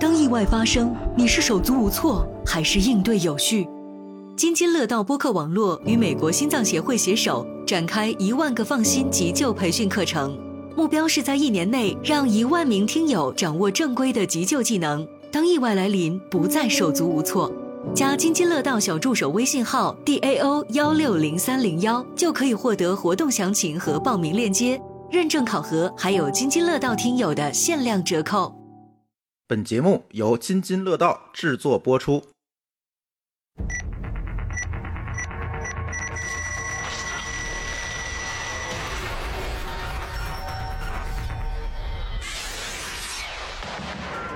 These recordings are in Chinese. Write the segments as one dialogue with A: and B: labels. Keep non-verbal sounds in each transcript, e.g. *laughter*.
A: 当意外发生，你是手足无措，还是应对有序？津津乐道播客网络与美国心脏协会携手展开一万个放心急救培训课程，目标是在一年内让一万名听友掌握正规的急救技能，当意外来临不再手足无措。加津津乐道小助手微信号 d a o 幺六零三零幺就可以获得活动详情和报名链接，认证考核还有津津乐道听友的限量折扣。
B: 本节目由津津乐道制作播出。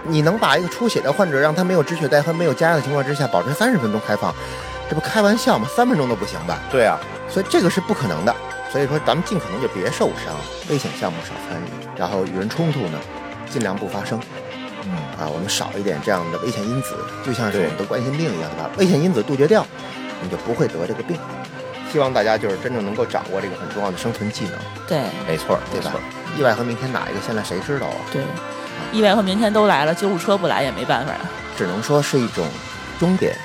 C: 你能把一个出血的患者让他没有止血带和没有加压的情况之下保持三十分钟开放，这不开玩笑吗？三分钟都不行吧？
B: 对啊，
C: 所以这个是不可能的。所以说，咱们尽可能就别受伤，危险项目少参与，然后与人冲突呢，尽量不发生。
B: 嗯
C: 啊，我们少一点这样的危险因子，就像是
B: 对
C: 我们得冠心病一样，
B: 嗯
C: 把危险因子杜绝掉，你就不会得这个病。希望大家就是真正能够掌握这个很重要的生存技能，
D: 对
B: 没错，
C: 对
B: 没
C: 吧
B: 错？
C: 意外和明天哪一个，现在谁知道啊？
D: 对，意外和明天都来了，救护车不来也没办法。
C: 只能说是一种终点。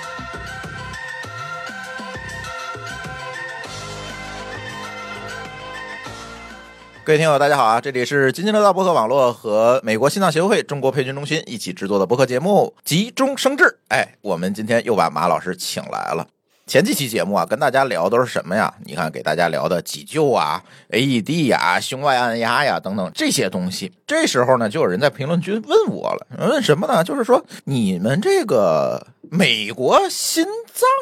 B: 各位听友，大家好啊！这里是津津乐道播客网络和美国心脏协会中国培训中心一起制作的播客节目《急中生智》。哎，我们今天又把马老师请来了。前几期节目啊，跟大家聊都是什么呀？你看，给大家聊的急救啊、AED 呀、胸啊外按压呀等等这些东西。这时候呢，就有人在评论区问我了，问什么呢？就是说你们这个美国心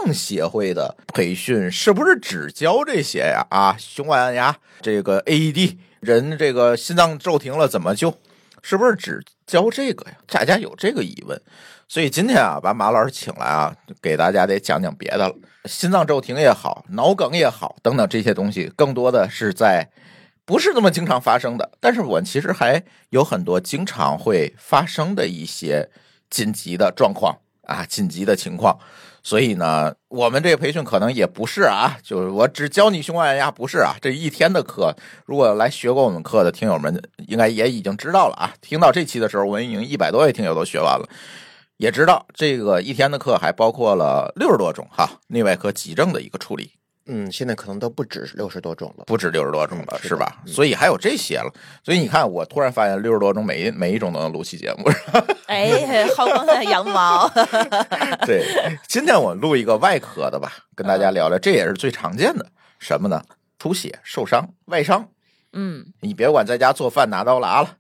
B: 脏协会的培训是不是只教这些呀？啊，胸外按压、这个 AED，人这个心脏骤停了怎么救？是不是只教这个呀？大家有这个疑问，所以今天啊，把马老师请来啊，给大家得讲讲别的了。心脏骤停也好，脑梗也好，等等这些东西，更多的是在不是那么经常发生的，但是我其实还有很多经常会发生的一些紧急的状况啊，紧急的情况。所以呢，我们这个培训可能也不是啊，就是我只教你胸外按压，不是啊。这一天的课，如果来学过我们课的听友们，应该也已经知道了啊。听到这期的时候，我们已经一百多位听友都学完了，也知道这个一天的课还包括了六十多种哈内外科急症的一个处理，
C: 嗯，现在可能都不止六十多种了。
B: 不止六十多种了，
C: 嗯是的
B: 是吧？
C: 嗯
B: 所以还有这些了。所以你看，我突然发现六十多种每一每一种都能录期节目。
D: 哎，薅光他的羊毛。
B: 对，今天我录一个外科的吧，跟
D: 嗯
B: 大家聊聊，这也是最常见的什么呢？出血、受伤、外伤。
D: *laughs* 嗯，
B: 你别管在家做饭拿刀剌了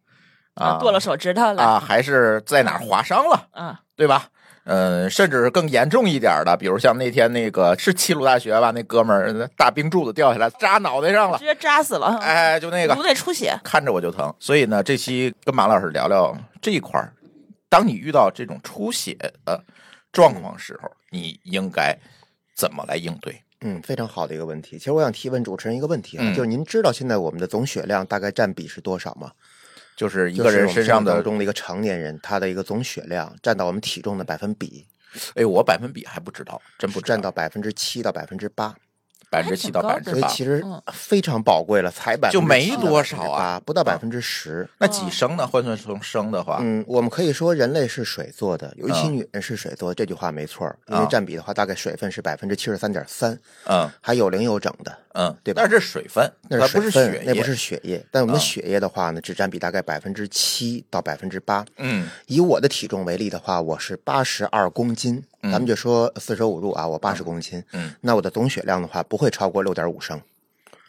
B: 啊，
D: 剁了手指头了。
B: 啊，还是在哪儿划伤了，
D: 啊，
B: 对吧？嗯，甚至更严重一点儿的，比如像那天那个是齐鲁大学吧，那哥们儿呃大冰柱子掉下来扎脑袋上了
D: 直，接扎死了。，
B: 哎，就那个
D: 颅内出血。
B: 看着我就疼。所以呢，这期跟马老师聊聊这一块儿，当你遇到这种出血的状况时候，你应该怎么来应对？
C: 嗯，非常好的一个问题。其实我想提问主持人一个问题啊，
B: 嗯
C: 就是您知道现在我们的总血量大概占比是多少吗？
B: 就是一
C: 就
B: 个
C: 是
B: 人
C: 我们
B: 身上的
C: 当，中的一个成年人，他的一个总血量占到我们体重的百分比，
B: 哎，我百分比还不知道，真不知道
C: 占到百分之七到百分之八，
B: 百分之七
D: 还挺
B: 到
D: 高
B: 百
D: 的
B: 分
C: 所
B: 之
C: 以
B: 八，
C: 其实
D: 嗯
C: 非常宝贵了，才百
B: 就没多少啊，
C: 不到百分之十。
B: 那几升呢？换算成升的话，
C: 嗯，我们可以说人类是水做的，尤其
B: 嗯
C: 女人是水做的，这句话没错儿，因为
B: 啊
C: 占比的话，大概水分是百分之七十三点三，
B: 嗯
C: 还有零有整的，
B: 嗯，
C: 对吧
B: 但是这是水分，
C: 那
B: 呃不
C: 水
B: 是
C: 分，
B: 血液，
C: 那不是血液。但我们
B: 啊
C: 血液的话呢，只占比大概百分之七到百分之八。
B: 嗯
C: 以我的体重为例的话，我是八十二公斤，
B: 嗯
C: 咱们就说四舍五入啊，我八十公斤。
B: 嗯，
C: 那我的总血量的话，不会超过六点五升，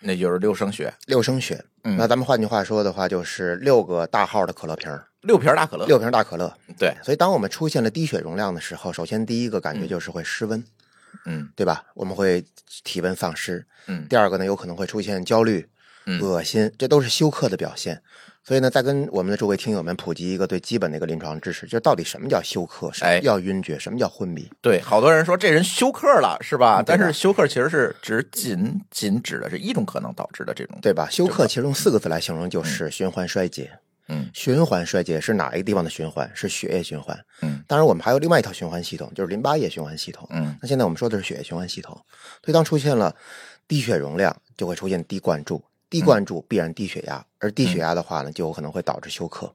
B: 那就是六升血，
C: 六升血。
B: 嗯
C: 那咱们换句话说的话，就是六个大号的可乐瓶儿，
B: 六瓶大可乐，
C: 六瓶大可乐。
B: 对，
C: 所以，当我们出现了低血容量的时候，首先第一个感觉就是会失温，
B: 嗯
C: 对吧？我们会体温丧失。
B: 嗯
C: 第二个呢，有可能会出现焦虑、
B: 嗯
C: 恶心，这都是休克的表现。所以呢，再跟我们的诸位听友们普及一个最基本的一个临床知识，就是到底什么叫休克，什
B: 哎
C: 么叫晕厥，什么叫昏迷。
B: 对，好多人说这人休克了是吧？
C: 嗯对
B: 但
C: 吧
B: 是休克其实是只仅仅指的是一种可能导致的这嗯种，
C: 对吧？休克其实用四个字来形容就是循环衰竭。
B: 嗯
C: 循环衰竭是哪一个地方的循环？是血液循环。
B: 嗯
C: 当然，我们还有另外一套循环系统，就是淋巴液循环系统。
B: 嗯
C: 那现在我们说的是血液循环系统，所以当出现了低血容量，就会出
B: 嗯
C: 现低灌注，低灌注必然低血压，而低血压的话呢，就有可能会导致休克。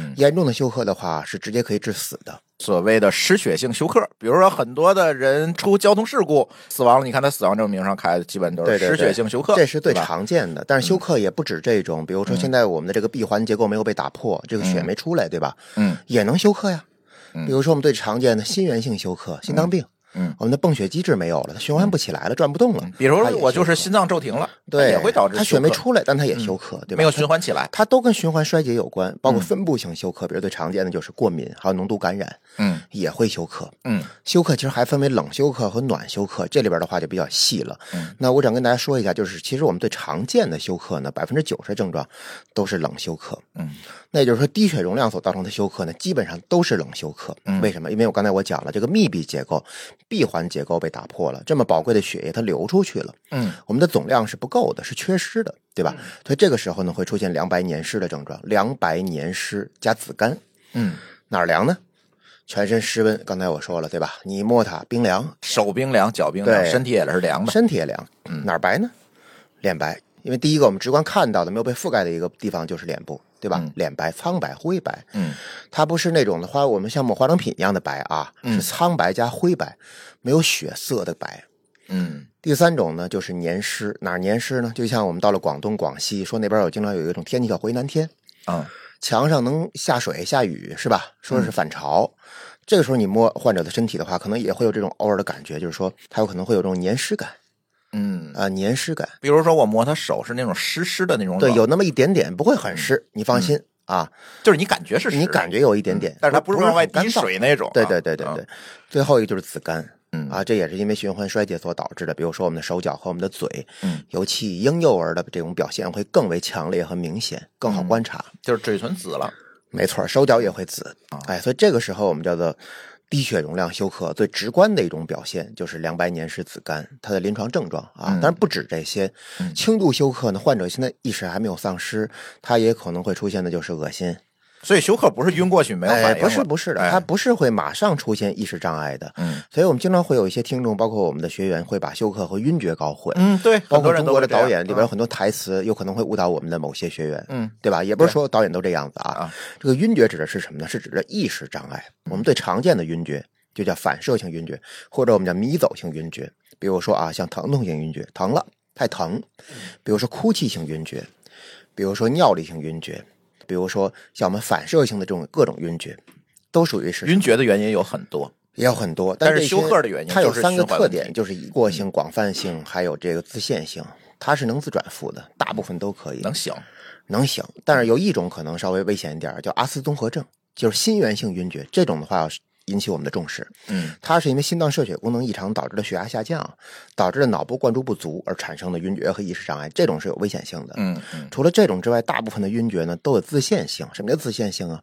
B: 嗯
C: 严重的休克的话是直接可以致死的。
B: 所谓的失血性休克，比如说很多的人出交通事故死亡了，你看他死亡证明上开的基本都是
C: 对对
B: 失
C: 对
B: 血性休克，
C: 这是最
B: 对吧嗯
C: 常见的。但是休克也不止这种，比如说现在我们的这个闭环结构没有被打破，这个血没出来，对吧？
B: 嗯，
C: 也能休克呀。
B: 嗯
C: 比如说我们最常见的心源性休克，心脏病，
B: 嗯嗯嗯
C: 我们的泵血机制没有了，它循环不起来了，转不动了。
B: 比如
C: 它也
B: 说我就是
C: 休克
B: 心脏骤停了，
C: 对，
B: 也会导致
C: 它
B: 休
C: 血
B: 克嗯
C: 没，出来，但它也休克，对吧？
B: 没有循环起来，
C: 它都跟循环衰竭有关，包括
B: 嗯
C: 分布性休克，比如最常见的就是过敏，还有脓毒感染
B: 嗯
C: 也会休克。
B: 嗯
C: 休克其实还分为冷休克和暖休克，这里边的话就比较细了。
B: 嗯
C: 那我想跟大家说一下，就是其实我们最常见的休克呢，百分之九十症状都是冷休克。
B: 嗯
C: 那也就是说，低血容量所造成的休克呢，基本上都是冷休克。
B: 嗯
C: 为什么？因为我刚才我讲了，这个密闭结构、闭环结构被打破了，这么宝贵的血液它流出去了，
B: 嗯
C: 我们的总量是不够的，是缺失的，对吧？所以这个时候呢，会出现凉白黏湿的症状，凉白黏湿加紫绀。
B: 嗯，
C: 哪儿凉呢？全身湿温，刚才我说了，对吧？你一摸它冰凉，
B: 手冰凉，脚冰凉，
C: 对
B: 身体也是凉的，嗯
C: 身体也凉，嗯哪儿白呢？脸白，因为第一个我们直观看到的没有被覆盖的一个地方就是脸部，对吧？
B: 嗯
C: 脸白、苍白、灰白，
B: 嗯
C: 它不是那种的花，我们像抹化妆品一样的白啊，
B: 嗯
C: 是苍白加灰白，没有血色的白。
B: 嗯
C: 第三种呢，就是黏湿，哪儿黏湿呢？就像我们到了广东、广西，说那边有经常有一种天气叫回南天，
B: 啊
C: 墙上能下水下雨是吧？说
B: 嗯
C: 是反潮，这个时候你摸患者的身体的话，可能也会有这种偶尔的感觉，就是说他有可能会有这种黏湿感
B: 嗯，
C: 啊、黏湿感。
B: 比如说我摸他手是那种湿湿的那种冷，
C: 对，有那么一点点，不会很湿，你放心、啊。
B: 就是你感觉嗯是湿的嗯
C: 你感觉有一点点，
B: 但是它不
C: 不
B: 是
C: 是
B: 往外
C: 很干
B: 滴
C: 燥
B: 水那种啊，
C: 对对对对
B: 啊
C: 对，，最后一个就是紫绀，
B: 嗯
C: 啊，这也是因为循环衰竭所导致的。比如说我们的手脚和我们的嘴，
B: 嗯，
C: 尤其婴幼儿的这种表现会更为强烈和明显，
B: 嗯
C: 更好观察。
B: 就是嘴唇紫了，
C: 没错，手脚也会紫，
B: 啊
C: 哎，所以这个时候我们叫做低血容量休克，最直观的一种表现就是凉白黏湿紫绀，它的临床症状啊，
B: 嗯
C: 当然不止这些，轻度休克呢，患者现在意识还没有丧失，他也可能会出现的就是恶心。
B: 所以休克不是晕过去没有反应
C: 哎，
B: 了，
C: 不是不是的，
B: 哎
C: 他不是会马上出现意识障碍的，
B: 嗯
C: 所以我们经常会有一些听众，包括我们的学员，会把休克和晕厥搞混。
B: 嗯对，
C: 包
B: 很多
C: 括
B: 人
C: 中
B: 都
C: 国
B: 会
C: 的
B: 这样
C: 导演里边有
B: 啊
C: 很多台词，有可能会误导我们的某些学员，
B: 嗯，
C: 对吧？也不是说导演都这样子啊
B: 啊。
C: 这个晕厥指的是什么呢？是指的意识障碍。我
B: 嗯
C: 们最常见的晕厥就叫反射性晕厥，或者我们叫迷走性晕厥。比如说啊，像疼痛性晕厥，疼了太疼；
B: 嗯
C: 比如说哭泣性晕厥，比如说尿力性晕厥，比如说像我们反射性的这种各种晕厥，都属于是
B: 晕厥的原因有很多，
C: 也有很多，
B: 但是
C: 这些
B: 休克的原因
C: 它
B: 就
C: 有
B: 是
C: 三个
B: 循环
C: 特
B: 问
C: 点，
B: 题
C: 就是一过性、广泛性，还有这个自限性，它是能自转复的，大部分都可以
B: 能醒，
C: 能醒，但是有一种可能稍微危险一点儿，叫阿斯综合症，就是心源性晕厥，这种的话要引起我们的重视，
B: 嗯
C: 它是因为心脏射血功能异常导致的血压下降，导致的脑部灌注不足而产生的晕厥和意识障碍，这种是有危险性的。
B: 嗯嗯
C: 除了这种之外，大部分的晕厥呢都有自限性。什么叫自限性啊？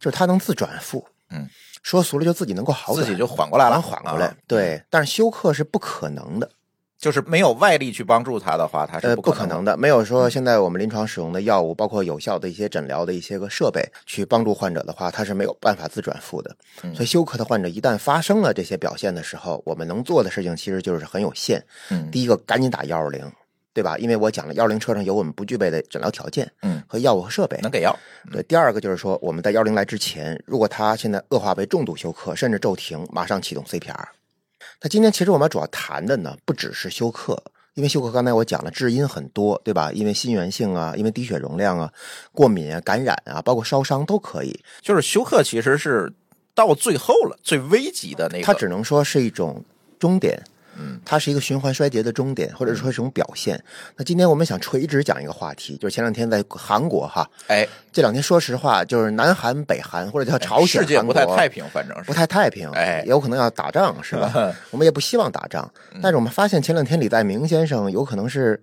C: 就是它能自转复。
B: 嗯，
C: 说俗了就自己能够好转，
B: 自己就缓过来了，
C: 能缓过来。
B: 啊，
C: 对，但是休克是不可能的，
B: 就是没有外力去帮助他的话，他啊是
C: 呃，不
B: 可
C: 可
B: 能
C: 能
B: 的。嗯
C: 的。没有说现在我们临床使用的药物，包括有效的一些诊疗的一些个设备，去帮助患者的话，它是没有办法自转复的。
B: 嗯
C: 所以休克的患者一旦发生了这些表现的时候，我们能做的事情其实就是很有限。
B: 嗯
C: 第一个，赶紧打幺二零。对吧？因为我讲了，幺二零车上有我们不具备的诊疗条件，
B: 嗯，
C: 和药物和设备，
B: 能给药，
C: 对，第二个就是说，我们在幺零来之前，如果他现在恶化为重度休克，甚至骤停，马上启动 CPR。那今天其实我们主要谈的呢，不只是休克，因为休克刚才我讲了，致因很多，对吧？因为心源性啊，因为低血容量啊，过敏啊、感染啊，包括烧伤都可以。
B: 就是休克其实是到最后了，最危急的那个。
C: 它只能说是一种终点，
B: 嗯，
C: 它是一个循环衰竭的终点，或者说是一种表现。那今天我们想垂直讲一个话题，就是前两天在韩国哈，
B: 哎，
C: 这两天说实话，就是南韩、北韩或者叫朝鲜、
B: 哎世界
C: 呃韩
B: 不太
C: 国
B: 太平，反正是
C: 不太太平，
B: 哎嗯
C: 有可能要打仗，
B: *laughs*
C: 是吧？我们也不希望打仗，但是我们发现前两天李在明先生有可能是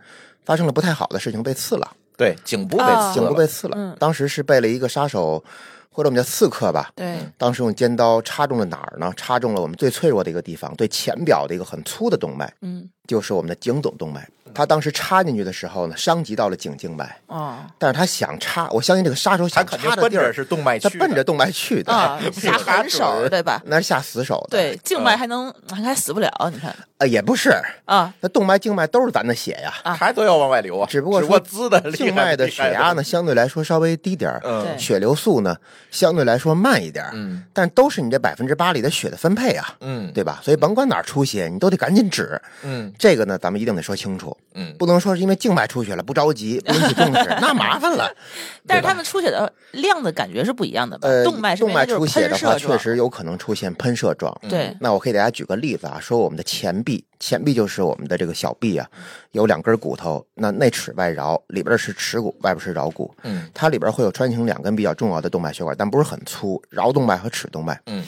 C: 发生了不太好的事情，被刺了，
B: 对，颈部被
D: 啊
B: 刺
C: 颈部
B: 了，
C: 被刺了
D: 嗯，
C: 当时是被了一个杀手，或者我们叫刺客吧，
D: 对，
C: 当时用尖刀插中了哪儿呢？插中了我们最脆弱的一个地方，最浅表的一个很粗的动脉，
D: 嗯
C: 就是我们的颈总动脉。他当时插进去的时候呢，伤及到了颈静脉，
D: 哦
C: 但是他想插，我相信这个杀手
B: 他
C: 想
B: 肯定
C: 插的
B: 奔
C: 地儿
B: 着，是动脉
C: 他
B: 去的，
C: 奔着动脉去的，
D: 啊，
B: *laughs*
D: 下
B: 哈
D: 狠手
B: 准
D: 对吧？
C: 那是下死手的。
D: 对，，静脉还能还死不了，你看
C: 呃，也不是，
D: 啊，
C: 那动脉、静脉都是咱的血呀，
D: 啊
B: 还都要往外流啊，
C: 只不过
B: 只不过
C: 说
B: 滋的 *laughs* 厉害
C: 静脉的
B: 厉
C: 血
B: 害
C: 压呢，相对来说稍微低点儿，
B: 嗯
D: 对
C: 血流速呢相对来说慢一点儿，
B: 嗯
C: 但都是你这百分之八里的血的分配啊，
B: 嗯
C: 对吧？所以甭管哪儿出血，你都得赶紧止。
B: 嗯
C: 这个呢，咱们一定得说清楚，
B: 嗯，
C: 不能说是因为静脉出血了不着急，不引起重视，
B: *laughs*
C: 那麻烦
D: *laughs*
C: 了。
D: 但
C: 对
D: 是
C: 吧
D: 他们出血的量的感觉是不一样的吧？
C: 呃，
D: 动脉是
C: 动脉
D: 就是
C: 出血的
D: 喷射
C: 话，
D: 状
C: 确实嗯有可能出现喷射状。
D: 对
C: 那我可以给大家举个例子啊，说我们的前臂，前臂就是我们的这个小臂啊，有两根骨头，那内尺外桡，里边是尺骨，外边是桡骨，
B: 嗯，
C: 它里边会有穿行两根比较重要的动脉血管，但不是很粗，桡动脉和尺动脉。
B: 嗯，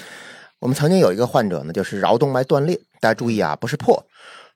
C: 我们曾经有一个患者呢，就是桡动脉断裂，大家注意啊，不是破，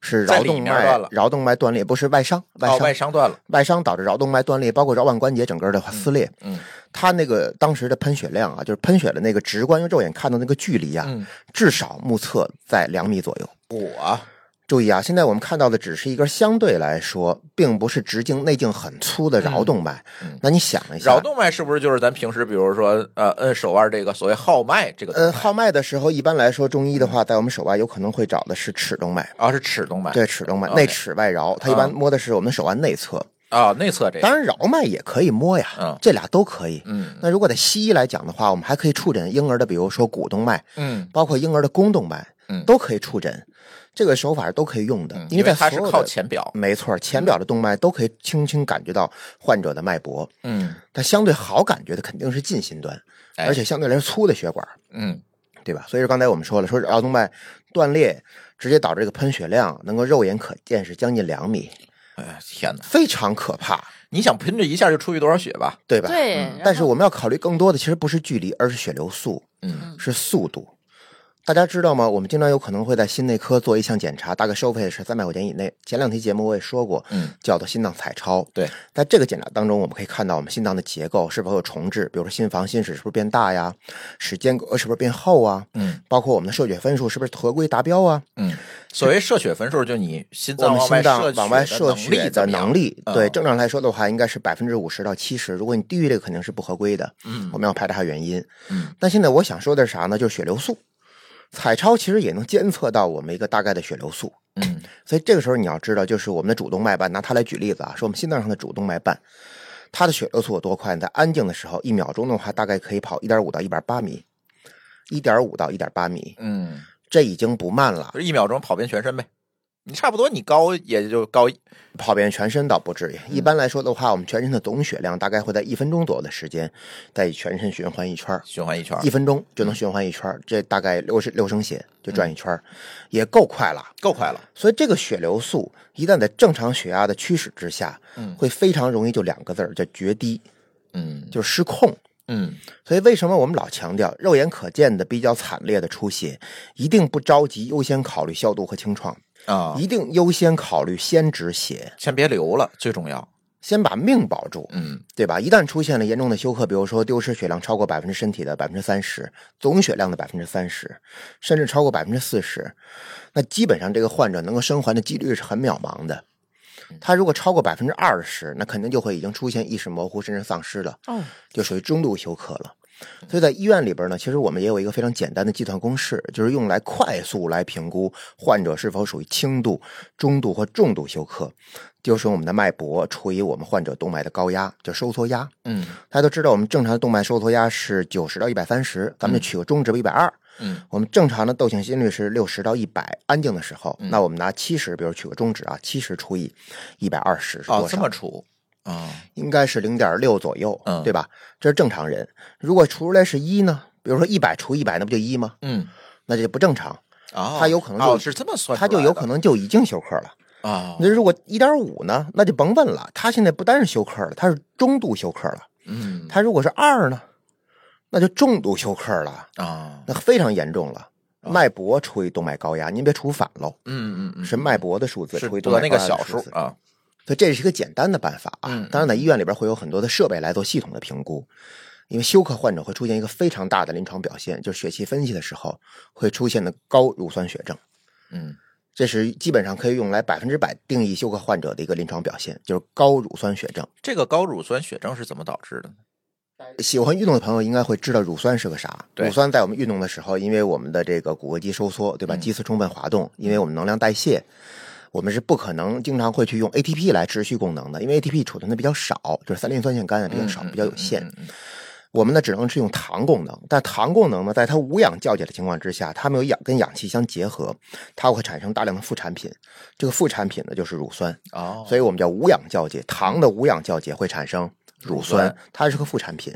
C: 是桡动
B: 在里面
C: 脉
B: 断了
C: 桡动脉断裂，不是外伤，外
B: 哦
C: 伤。
B: 外伤断了，
C: 外伤导致桡动脉断裂，包括桡腕关节整个的撕裂。
B: 嗯
C: 他那个当时的喷血量啊，就是喷血的那个直观用肉眼看到那个距离啊，
B: 嗯，
C: 至少目测在两米左右。
B: 我
C: 注意啊，现在我们看到的只是一根相对来说，并不是直径内径很粗的桡动脉。
B: 嗯嗯
C: 那你想一下，
B: 桡动脉是不是就是咱平时比如说呃摁手腕这个所谓号脉这个动
C: 呃，
B: 脉
C: 号脉的时候，一般来说，中医的话，在我们手腕有可能会找的是尺动脉，
B: 啊是尺动脉
C: 呃对，尺动脉
B: OK
C: 内尺外桡，它一般摸的是我们手腕内侧。
B: 啊内侧这个
C: 当然，桡脉也可以
B: 嗯
C: 摸呀，这俩都可以。
B: 嗯
C: 那如果在西医来讲的话，我们还可以触诊婴儿的，比如说股动脉，
B: 嗯
C: 包括婴儿的肱动脉，
B: 嗯
C: 都可以触诊，这个手法都可以用的
B: 嗯，，
C: 因为在
B: 它
C: 所
B: 是
C: 有
B: 靠
C: 的。
B: 浅表，
C: 没错，浅表的动脉都可以轻轻感觉到患者的脉搏，
B: 嗯
C: 但相对好感觉的肯定是近心端，
B: 哎
C: 而且相对来说粗的血管，
B: 嗯
C: 对吧？所以说刚才我们说了，说桡动脉断裂直接导致这个喷血量能够肉眼可见是将近两米，
B: 哎呀天哪，
C: 非常可怕，
B: 你想喷这一下就出去多少血吧？
C: 对吧？嗯
D: 对，然后
C: 但是我们要考虑更多的其实不是距离，而是血流速，
B: 嗯
C: 是速度。大家知道吗？我们经常有可能会在心内科做一项检查，大概收费是三百块钱以内。前两期节目我也说过，
B: 嗯
C: 叫做心脏彩超。
B: 对，
C: 在这个检查当中，我们可以看到我们心脏的结构是否有重置，比如说心房、心室是不是变大呀，室间隔是不是变厚啊，
B: 嗯
C: 包括我们的射血分数是不是合规达标啊，
B: 嗯，所谓射血分数就你心
C: 我
B: 脏
C: 们
B: 往
C: 心
B: 外
C: 脏往外
B: 射
C: 射
B: 血的
C: 血的能
B: 力
C: 力
B: 嗯，
C: 对，正常来说的话，应该是百分之五十到七十。如果你低于这个，肯定是不合规的。
B: 怎么样，
C: 我
B: 嗯
C: 们要排查原因。
B: 嗯
C: 但现在我想说的是啥呢？就是血流速，彩超其实也能监测到我们一个大概的血流速。
B: 嗯
C: 所以这个时候你要知道，就是我们的主动脉瓣，拿它来举例子啊，说我们心脏上的主动脉瓣，它的血流速有多快？在安静的时候，一秒钟的话，大概可以跑一点五到一点八米，一点五到一点八米，
B: 嗯。
C: 这已经不慢了
B: 就。是一秒钟跑遍全身呗。你差不多，你高也就高一，
C: 跑遍全身倒不至于，一般来说的话，我们全身的总血量大概会在一分钟左右的时间，在全身循环一圈儿。
B: 循环一圈儿。
C: 一分钟就能循环一圈儿，这大概六十六升血就转一圈儿，也够快了。
B: 够快了。
C: 所以这个血流速一旦在正常血压的驱使之下，
B: 嗯
C: 会非常容易就两个字儿叫决堤，
B: 嗯
C: 就是失控。
B: 嗯
C: 所以为什么我们老强调肉眼可见的比较惨烈的出血，一定不着急优先考虑消毒和清创，
B: 啊，
C: 一定优先考虑先止血，
B: 先别流了，最重要。
C: 先把命保住，
B: 嗯
C: 对吧？一旦出现了严重的休克，比如说丢失血量超过百分之身体的百分之三十，总血量的百分之三十，甚至超过百分之四十，那基本上这个患者能够生还的几率是很渺茫的。他如果超过百分之二十，那肯定就会已经出现意识模糊甚至丧失了，
D: 哦，
C: 就属于中度休克了。所以在医院里边呢，其实我们也有一个非常简单的计算公式，就是用来快速来评估患者是否属于轻度、中度或重度休克，就是我们的脉搏除以我们患者动脉的高压，叫收缩压。
B: 嗯
C: 大家都知道，我们正常的动脉收缩压是九十到一百三十，咱们就取个中值为一百二。
B: 嗯
C: 我们正常的窦性心率是六十到一百，安静的时候，
B: 嗯
C: 那我们拿七十，比如取个中值啊，七十除以一百二十是
B: 哦，
C: 多
B: 这
C: 少
B: 么？除啊，
C: 应该是零点六左右
B: 嗯，
C: 对吧？这是正常人。如果除出来是一呢？比如说一百除一百，那不就一吗？
B: 嗯
C: 那就不正常，
B: 啊，
C: 它有可能就
B: 哦是这么算出
C: 他
B: 来的，
C: 就有可能就已经休克了。
B: 啊，
C: 那如果一点五呢？那就甭问了，他现在不单是休克了，他是中度休克了。
B: 嗯
C: 他如果是二呢，那就重度休克了。
B: 啊，
C: 那非常严重了。脉搏除以动脉高压，您别除反喽，
B: 嗯啊嗯嗯，
C: 是脉搏的数字
B: 是
C: 除以
B: 得
C: 动脉
B: 那
C: 高
B: 个
C: 压的
B: 小
C: 数
B: 数
C: 字。
B: 啊，
C: 所以这是一个简单的办法啊。
B: 嗯
C: 当然，在医院里边会有很多的设备来做系统的评估，因为休克患者会出现一个非常大的临床表现，就是血气分析的时候会出现的高乳酸血症。
B: 嗯
C: 这是基本上可以用来百分之百定义休克患者的一个临床表现，就是高乳酸血症。
B: 这个高乳酸血症是怎么导致的呢？
C: 喜欢运动的朋友应该会知道乳酸是个啥。
B: 对
C: 乳酸在我们运动的时候，因为我们的这个骨骼肌收缩，对吧？
B: 嗯
C: 肌丝充分滑动，因为我们能量代谢，我们是不可能经常会去用 ATP 来持续功能的，因为 ATP 储存的比较少，就是三磷酸腺苷啊比较少，
B: 嗯
C: 比较有限。
B: 嗯嗯嗯
C: 我们呢只能是用糖功能，但糖功能呢，在它无氧酵解的情况之下，它没有氧跟氧气相结合，它会产生大量的副产品。这个副产品呢就是乳酸，
B: 哦，
C: 所以我们叫无氧酵解。糖的无氧酵解会产生乳
B: 乳
C: 酸
B: 酸，
C: 它是个副产品。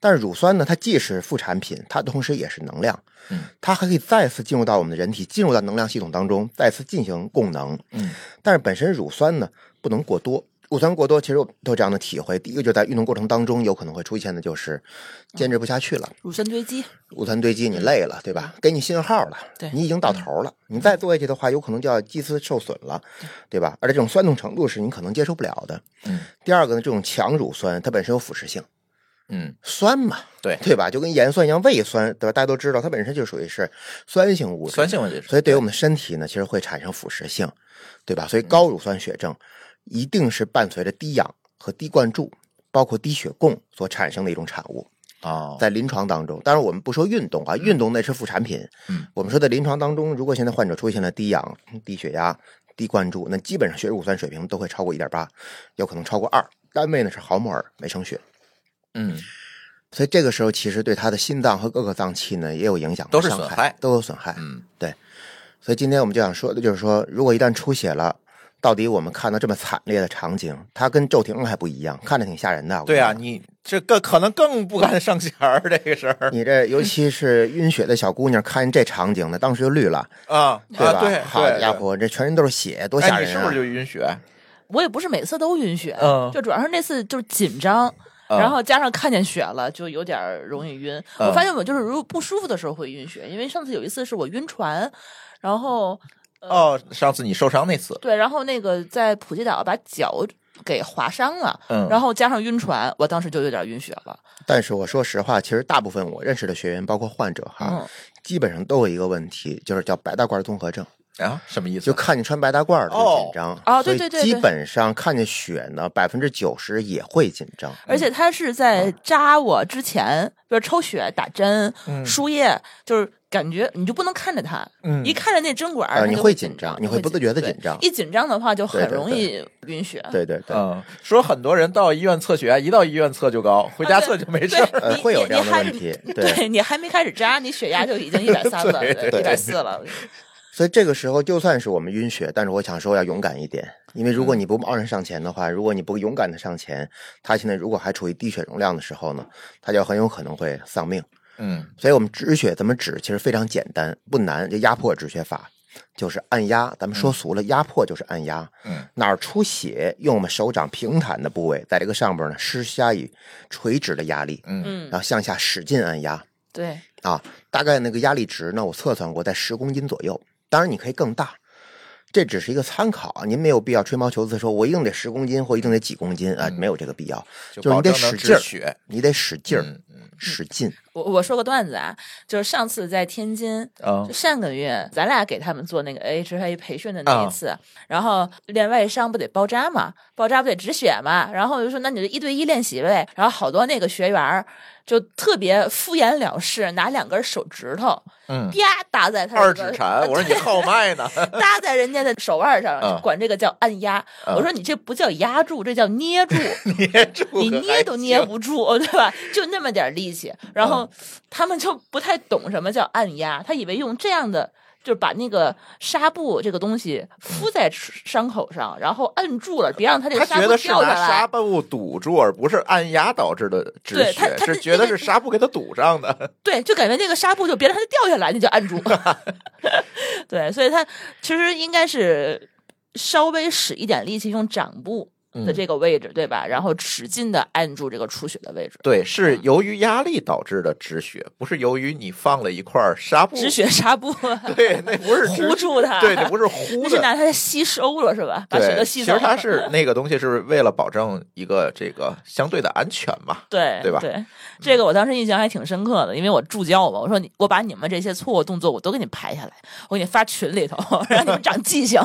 C: 但是乳酸呢，它既是副产品，它同时也是能量
B: 嗯，
C: 它还可以再次进入到我们的人体，进入到能量系统当中，再次进行供能。
B: 嗯
C: 但是本身乳酸呢不能过多。乳酸过多，其实我们都有这样的体会。第一个就在运动过程当中，有可能会出现的就是坚持不下去了，
D: 乳酸堆积，
C: 乳酸
B: 嗯
C: 堆积，你累了，对吧？给你信号了，
D: 对
C: 你已经到头了。你再做下去的话，有可能就要肌丝受损了，对吧？而且这种酸痛程度是你可能接受不了的。
B: 嗯
C: 第二个呢，这种强乳酸它本身有腐蚀性，
B: 嗯，
C: 酸嘛，
B: 对
C: 对吧？就跟盐酸一样，胃酸对吧？大家都知道，它本身就属于是酸性物质，
B: 酸性问题是，
C: 所以对于我们的身体呢，其实会产生腐蚀性，对吧？
B: 嗯
C: 所以高乳酸血症一定是伴随着低氧和低灌注，包括低血供所产生的一种产物。
B: 哦，
C: 在临床当中，当然我们不说运动啊，运动那是副产品。
B: 嗯，
C: 我们说在临床当中，如果现在患者出现了低氧、低血压、低灌注，那基本上血乳酸水平都会超过一点八，有可能超过二。单位呢是毫摩尔每升血，
B: 嗯
C: 所以这个时候其实对他的心脏和各个脏器呢也有影响，
B: 都是
C: 伤
B: 损
C: 害
B: 害，
C: 都有损害。
B: 嗯
C: 所以今天我们就想说的就是说，如果一旦出血了，到底我们看到这么惨烈的场景，它跟骤停还不一样，看着挺吓人的。我，
B: 对啊，
C: 你
B: 你这个可能更不敢上弦儿这个事儿
C: 你这尤其是晕血的小姑娘，看见这场景呢，当时就绿了，
B: 啊
C: 吧？
B: 啊，对，
C: 好
B: 对
C: 家，
B: 对
C: 伙，这全身都是血，多吓
B: 哎，你
C: 人
B: 是
C: 啊！
B: 不是就晕血？
D: 我也不是每次都晕血，
B: 嗯
D: 就主要是那次就是紧张，
B: 嗯
D: 然后加上看见血了，就有点儿容易晕。
B: 嗯
D: 我发现我就是如果不舒服的时候会晕血，因为上次有一次是我晕船，然后
B: 哦，上次你受伤那次，
D: 对，然后那个在普吉岛把脚给划伤了，
B: 嗯，
D: 然后加上晕船，我当时就有点晕血了。
C: 但是我说实话，其实大部分我认识的学员，包括患者哈，
D: 嗯，
C: 基本上都有一个问题，就是叫白大褂综合症，
B: 啊，什么意思？
C: 就看见穿白大褂儿就
B: 哦
C: 紧张
D: 哦
C: 所以
D: 对对对
C: 基
D: 对
C: 本上看见血呢，百分之九十也会紧张。
D: 而且他是在扎我之前，比如抽血、打针、
B: 嗯
D: 输液，就是感觉你就不能看着他，
B: 嗯
D: 一看着那针管儿，
C: 啊
D: 他
C: 你
D: 就
C: 会紧
D: 紧
C: 张
D: 张，
C: 你会不自觉地
D: 对
C: 紧张
D: 一紧张的话就很
C: 对对
D: 容易晕血。
C: 对对对，
B: 嗯，说很多人到医院测血压，一到医院测就高，回家测就没事儿。
D: 对
C: 呃
D: 你
C: 会有
D: 你
C: 这样
D: 你
C: 的
D: 还
C: 问
D: *laughs*
C: 题
D: 你
C: 对
D: 对你还没开始扎，你血压就已经一百三
C: *laughs*
D: 了，一百四了。
C: 所以这个时候，就算是我们晕血，但是我想说要勇敢一点，因为如果你不贸然上前的话，如果你不勇敢的上前，他现在如果还处于低血容量的时候呢，他就很有可能会丧命。
B: 嗯
C: 所以我们止血怎么止，其实非常简单，不难，就压迫止血法，就是按压。咱们说俗了，压迫就是按压，
B: 嗯
C: 哪儿出血，用我们手掌平坦的部位，在这个上边呢施加以垂直的压力，
B: 嗯
C: 然
D: 嗯，
C: 后向下使劲按压。
D: 对，
C: 啊，大概那个压力值呢，我测算过在十公斤左右。当然你可以更大，这只是一个参考啊，您没有必要吹毛求疵，说我一定得十公斤或一定得几公斤
B: 嗯
C: 啊，没有这个必要。就是
B: 保
C: 你得
B: 证
C: 使
B: 能
C: 劲
B: 止
C: 儿
B: 血，
C: 你得使劲儿、
B: 嗯嗯
C: 使劲。
D: 我我说个段子啊，就是上次在天津，
B: 啊
D: 就上个月咱俩给他们做那个 AHA 培训的那
B: 嗯
D: 一次，然后练外伤不得包扎嘛，包扎不得止血嘛，然后我就说那你就一对一练习呗，然后好多那个学员儿就特别敷衍了事，拿两根手指头
B: 嗯，
D: 啪搭在他
B: 二
D: 这
B: 指
D: 个
B: 禅，我说你号脉呢？
D: 搭在人家的手腕上，
B: 嗯
D: 管这个叫按压。
B: 嗯
D: 我说你这不叫压住，这叫
B: *laughs*
D: 捏住， *laughs*
B: 捏住
D: 你
B: 个
D: 捏都捏
B: 还行，
D: 不住，对吧？就那么点力气，然后他们就不太懂什么叫按压，他以为用这样的。就是把那个纱布这个东西敷在伤口上，然后按住了，别让它这
B: 嗯他
D: 个纱
B: 觉
D: 布
B: 得是
D: 掉下
B: 拿纱
D: 来。
B: 布堵住，而不是按压导致的止
D: 对他
B: 血，
D: 他
B: 是
D: 那
B: 觉得
D: 那
B: 是纱布给他堵上的。
D: 对，就感觉那个纱布就别让它掉下来，你就
B: *laughs*
D: 按住。对，所以它其实应该是稍微使一点力气，用掌部
B: 嗯
D: 的这个位置，对吧？然后使劲的按住这个出血的位置，
B: 对，是由于压力导致的止血，不是由于你放了一块纱布
D: 止。血纱布， *laughs*
B: 对，那不是止
D: 糊住它，
B: 对，那不是糊
D: 那是
B: 的。
D: 拿它吸收了是吧？把
B: 对，
D: 血都吸
B: 其实
D: 走了。
B: 它是那个东西是为了保证一个这个相对的安全嘛。
D: 对
B: 对吧嗯
D: 对，这个我当时印象还挺深刻的，因为我助教嘛，我说你我把你们这些错误动作我都给你排下来，我给你发群里头，让你们长
B: *laughs*
D: 记性。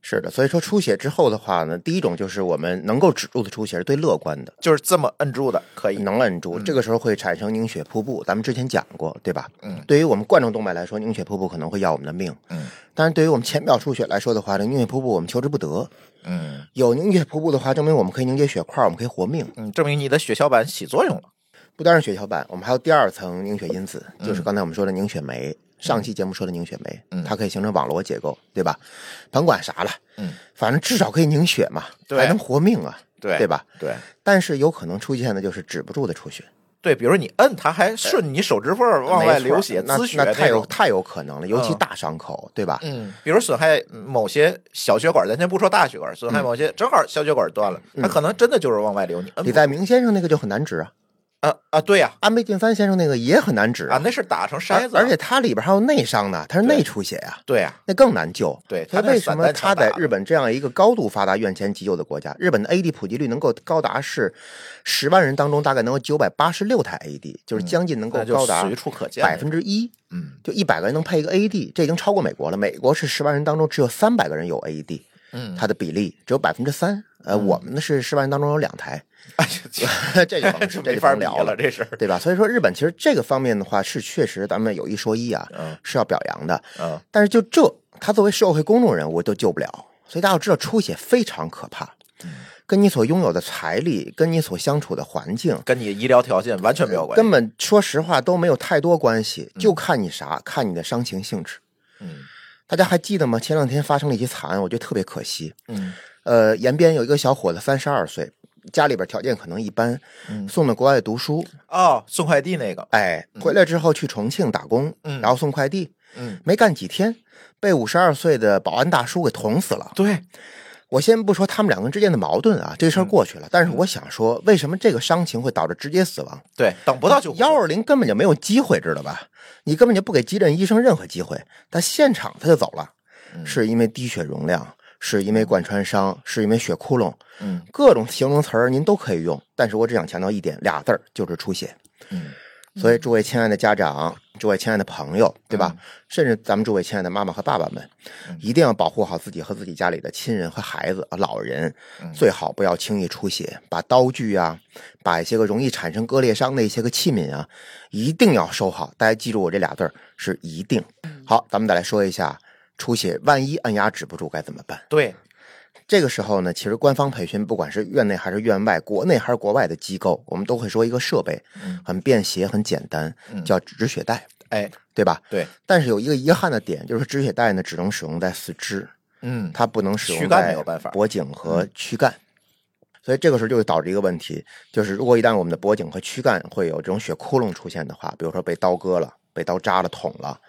C: 是的，所以说出血之后的话呢，第一种就是我们能够止住的出血是最乐观的，
B: 就是这么摁住的，可以。
C: 能摁住，这个时候会产生凝血瀑布，咱们之前讲过，对吧？
B: 嗯
C: 对于我们冠状动脉来说，凝血瀑布可能会要我们的命，
B: 嗯，
C: 但是对于我们浅表出血来说的话，这凝血瀑布我们求之不得。
B: 嗯
C: 有凝血瀑布的话，证明我们可以凝结血块，我们可以活命。
B: 嗯，证明你的血小板起作用了。
C: 不单是血小板，我们还有第二层凝血因子，就是刚才我们说的凝血酶。上期节目说的凝血酶，
B: 嗯
C: 它可以形成网络结构，对吧？甭管啥了，
B: 嗯，
C: 反正至少可以凝血嘛，
B: 对
C: 还能活命啊，
B: 对
C: 对吧？
B: 对
C: 但是有可能出现的就是止不住的出血，
B: 对，比如你摁它，还顺你手指缝儿往外
C: 没错
B: 流血、
C: 那
B: 滋血
C: 那太有
B: 种。
C: 太有可能了，尤其
B: 嗯
C: 大伤口，对吧？
B: 嗯，比如损害某些小血管，咱先不说大血管，损害某些正好小血管断了，它可能真的就是往外流。你摁
C: 李
B: 不
C: 在明先生那个就很难止啊，
B: 啊啊，对呀
C: 安倍晋三先生那个也很难止
B: 啊，那是打成筛
C: 而
B: 子，
C: 而且它里边还有内伤呢，它是
B: 对
C: 内出血啊，
B: 对呀，
C: 那更难救。
B: 对
C: 所以
B: 它那
C: 为
B: 散
C: 什么
B: 弹
C: 它
B: 枪打
C: 在
B: 的
C: 日本这样一个高度发达、院前急救的国家，日本的 AED 普及率能够高达是十万人当中大概能有九百八十六台 AED，就是将近能够
B: 嗯那就
C: 高达
B: 随处可见
C: 百分之一，
B: 嗯
C: 就一百个人能配一个 AED，这已经超过美国了。美国是十万人当中只有三百个人有 AED，
B: 嗯，
C: 它的比例只有百分之三。呃，我们呢是十万人当中有两台，这就
B: *laughs*
C: 甭
B: 这
C: 这
B: 没
C: 就
B: 法
C: 甭
B: 聊
C: 聊
B: 了，这事儿。
C: 对吧？所以说，日本其实这个方面的话是确实，咱们有一说一啊，
B: 嗯
C: 是要表扬的。
B: 嗯，
C: 但是就这，他作为社会公众人物都救不了，所以大家要知道，出血非常可怕，
B: 嗯
C: 跟你所拥有的财力，跟你所相处的环境，
B: 跟你医疗条件完全没有关系。
C: 嗯根本说实话都没有太多关系，就看你啥，看你的伤情性质。
B: 嗯
C: 大家还记得吗？前两天发生了一起惨案，我觉得特别可惜。
B: 嗯
C: 呃，延边有一个小伙子，三十二岁，家里边条件可能一般，
B: 嗯
C: 送到国外读书，
B: 哦，送快递那个，
C: 哎，回来之后去重庆打工，
B: 嗯
C: 然后送快递，
B: 嗯，
C: 没干几天，被五十二岁的保安大叔给捅死了。
B: 对，
C: 我先不说他们两个人之间的矛盾啊，这事
B: 嗯
C: 儿过去了，但是我想说，为什么这个伤情会导致直接死亡？
B: 对，等不到救护车
C: 幺二零根本就没有机会，知道吧？你根本就不给急诊医生任何机会，他现场他就走了，
B: 嗯
C: 是因为低血容量，是因为贯穿伤，是因为血窟窿，
B: 嗯
C: 各种形容词儿您都可以用，但是我只想强调一点，俩字儿就是出血。
B: 嗯
C: 所以，诸位亲爱的家长，诸位亲爱的朋友，对吧？甚至咱们诸位亲爱的妈妈和爸爸们，一定要保护好自己和自己家里的亲人和孩子、啊老人，最好不要轻易出血，把刀具啊，把一些个容易产生割裂伤的一些个器皿啊，一定要收好。大家记住我这俩字儿是一定。好，咱们再来说一下出血，万一按压止不住该怎么办？
B: 对，
C: 这个时候呢，其实官方培训，不管是院内还是院外，国内还是国外的机构，我们都会说一个设备
B: 嗯，
C: 很便携、很简单
B: 嗯，
C: 叫止血带，
B: 哎
C: 对吧？
B: 对，
C: 但是有一个遗憾的点，就是止血带呢，只能使用在四肢，
B: 嗯
C: 它不能使
B: 躯
C: 用
B: 干没
C: 在
B: 有办法嗯
C: 脖颈和躯干。所以这个时候就会导致一个问题，就是如果一旦我们的脖颈和躯干会有这种血窟窿出现的话，比如说被刀割了、被刀扎了、捅了，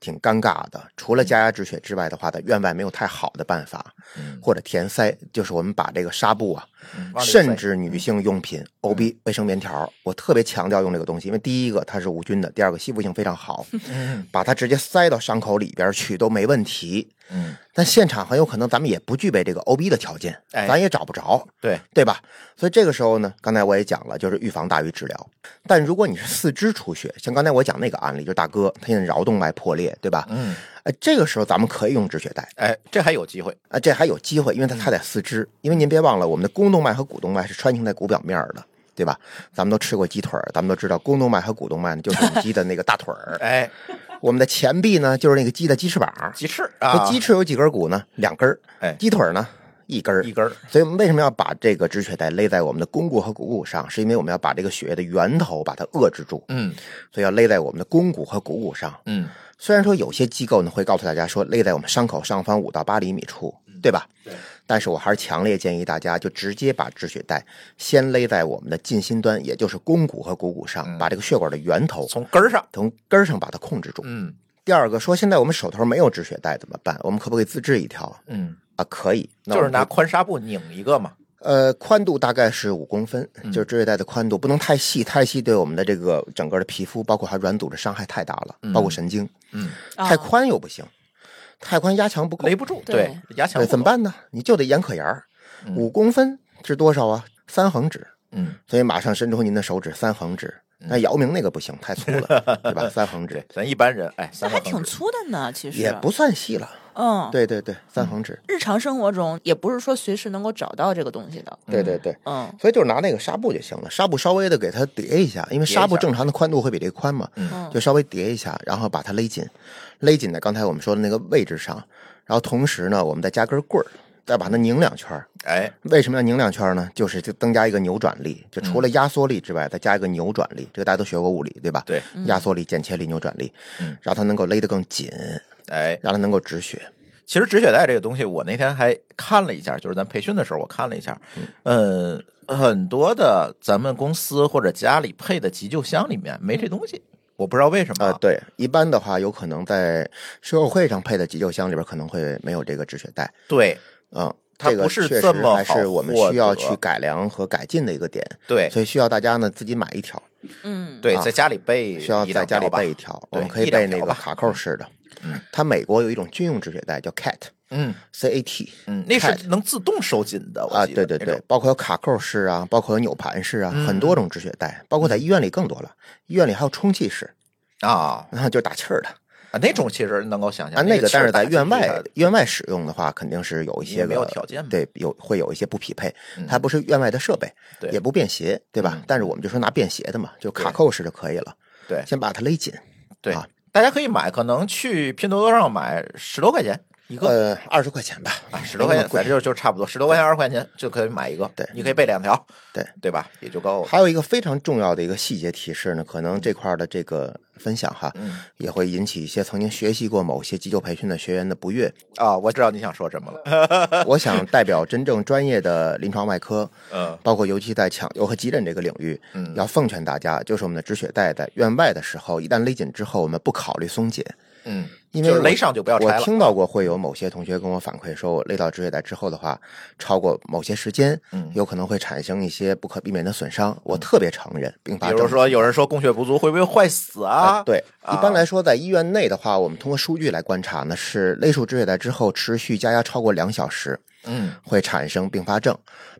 C: 挺尴尬的。除了加压止血之外的话，在院外没有太好的办法，
B: 嗯
C: 或者填塞，就是我们把这个纱布啊，
B: 嗯往里
C: 甚
B: 塞
C: 至女性用品、O B 卫生棉条，我特别强调用这个东西，因为第一个它是无菌的，第二个吸附性非常
B: *laughs*
C: 好，
B: 嗯
C: 把它直接塞到伤口里边去都没问题。
B: 嗯，
C: 但现场很有可能咱们也不具备这个 O B 的条件，
B: 哎
C: 咱也找不着，
B: 对，
C: 对吧？所以这个时候呢，刚才我也讲了，就是预防大于治疗。但如果你是四肢出血，像刚才我讲那个案例，就是大哥他现在桡动脉破裂，对吧？
B: 嗯，
C: 呃，这个时候咱们可以用止血带。
B: 哎，这还有机会，
C: 啊，这还有机会，因为
B: 嗯
C: 它它在四肢，因为您别忘了，我们的肱动脉和股动脉是穿行在骨表面儿的，对吧？咱们都吃过鸡腿儿，咱们都知道肱动脉和股动脉呢，就是我们鸡的那个大腿
B: *laughs*
C: 儿，
B: 哎，
C: 我们的前臂呢就是那个鸡的鸡翅膀儿，
B: 鸡翅
C: 那
B: 啊，
C: 鸡翅有几根骨呢？两根儿，
B: 哎
C: 鸡腿儿呢一根儿
B: 一。根儿，
C: 所以我们为什么要把这个止血带勒在我们的肱骨和股骨上？是因为我们要把这个血液的源头把它遏制住，
B: 嗯
C: 所以要勒在我们的肱骨和股骨上。
B: 嗯，
C: 虽然说有些机构呢会告诉大家说勒在我们伤口上方五到八厘米处，
B: 嗯
C: 对吧？但是我还是强烈建议大家就直接把止血带先勒在我们的近心端，也就是肱骨和股骨上，把这个血管的源头
B: 嗯从根儿上，
C: 从根儿上把它控制住。
B: 嗯
C: 第二个说，现在我们手头没有止血带怎么办？我们可不可以自制一条
B: 嗯，
C: 啊？可以，那我
B: 就是
C: 们
B: 拿宽纱布拧一个嘛，
C: 呃，宽度大概是五公分，
B: 嗯
C: 就是止血带的宽度，不能太细，太细对我们的这个整个的皮肤，包括它软组织伤害太大了，包括神经。
B: 嗯，
D: 啊
C: 太宽又不行，太宽压强不够
B: 勒，不嗯住，
D: 对，
B: 压强
C: 对，怎么
B: 办？
C: 办呢？你就得眼可沿儿，五公分是多少啊？三横指，
B: 嗯，
C: 所以马上伸出您的手指，三横指。那姚明那个不行，太粗
B: *laughs*
C: 了，对吧？三横指
B: 对，咱一般人哎，
D: 这
B: 三
D: 还
B: 个横
D: 挺
B: 指，
D: 粗的呢，其实
C: 也不算细了，
D: 嗯，
C: 对对对，三横指，
D: 日常生活中也不是说随时能够找到这个东西的，
C: 对对对。
D: 嗯
C: 所以就是拿那个纱布就行了，纱布稍微的给它叠一下，因为纱
B: 叠一
C: 布
B: 下
C: 正常的宽度会比这个宽嘛，
D: 嗯
C: 就稍微叠一下，然后把它勒紧，勒紧在刚才我们说的那个位置上，然后同时呢，我们再加根棍儿，再把它拧两圈儿，
B: 哎，
C: 为什么要拧两圈呢？就是就增加一个扭转力，就除了压缩力之外，再加一个扭转力。这个大家都学过物理，对吧？
B: 对，
C: 压缩力、剪切力、扭转力，
B: 嗯
C: 让它能够勒得更紧，
B: 哎，
C: 让它能够止血。
B: 其实止血带这个东西，我那天还看了一下，就是咱培训的时候我看了一下，嗯，很多的咱们公司或者家里配的急救箱里面没这东西，我不知道为什么
C: 啊，，对，一般的话，有可能在社委会上配的急救箱里边可能会没有这个止血带，
B: 对
C: 嗯。
B: 它
C: 这个
B: 不是
C: 确
B: 这
C: 实
B: 么
C: 还是
B: 好
C: 我们
B: 获
C: 需要
B: 得
C: 去改良和改进的一个点，
B: 对
C: 所以需要大家呢自己买一条，
D: 嗯，
B: 对，
C: 啊
B: 在家里备
C: 需要
B: 一
C: 在
B: 两
C: 家里
B: 条吧
C: 备一条，我
B: 对
C: 们可以
B: 一两
C: 备那
B: 条
C: 个
B: 吧
C: 卡扣式的
B: 嗯。
C: 它美国有一种军用止血带叫 CAT，C
B: 嗯
C: A T，
B: 嗯，那是
C: Cat
B: 能自动收紧的，我
C: 啊，
B: 记得
C: 对对
B: 那
C: 对
B: 种，
C: 包括有卡扣式啊，包括有扭盘式啊，
B: 嗯
C: 很多种止血带，包括在医院里更多了，医院里还有充气式，
B: 啊
C: 然后就打气儿的
B: 啊，那种其实能够想象
C: 啊，那
B: 个
C: 个
B: 气
C: 但
B: 儿
C: 是在
B: 打
C: 院
B: 进去
C: 外
B: 的
C: 院外使用的话，肯定是有一
B: 也
C: 些
B: 没有
C: 个
B: 条件嘛
C: 对，有会有一些不匹配
B: 嗯，
C: 它不是院外的设备，
B: 对
C: 也不便携，对吧
B: 嗯？
C: 但是我们就说拿便携的嘛，就卡
B: 对
C: 扣式就可以了，
B: 对
C: 先把它勒紧，
B: 对
C: 啊，
B: 大家可以买，可能去拼多多上买十多块钱一个。
C: 呃，二十块钱吧，
B: 啊，十多块
C: 没
B: 钱，
C: 那哎么贵
B: 反正就就差不多，十多块钱、二十块钱就可以买一个。
C: 对
B: 你可以备两条，
C: 对
B: 对吧？也就够了。
C: 还有一个非常重要的一个细节提示呢，可能这块儿的这个分享哈，
B: 嗯
C: 也会引起一些曾经学习过某些急救培训的学员的不
B: *laughs*
C: 悦。
B: 啊，我知道你想说什么
C: *laughs*
B: 了。
C: 我想代表真正专业的临床外科，
B: 嗯
C: 包括尤其在抢救和急诊这个领域，
B: 嗯
C: 要奉劝大家，就是我们的止血带在院外的时候，一旦勒紧之后，我们不考虑松解，
B: 嗯，
C: 因为
B: 就是
C: 我
B: 勒上就不要拆
C: 我
B: 了。
C: 听到过会有某些同学跟我反馈说，我勒到止血带之后的话，超过某些时间，
B: 嗯
C: 有可能会产生一些不可避免的损伤。我特别承认，并
B: 比
C: 发症。
B: 如说，有人说供血不足会不会坏死啊？
C: 啊，，对，
B: 啊
C: 一般来说，在医院内的话，我们通过数据来观察呢，是肋束止血带之后持续加压超过两小时，
B: 嗯
C: 会产生并发症。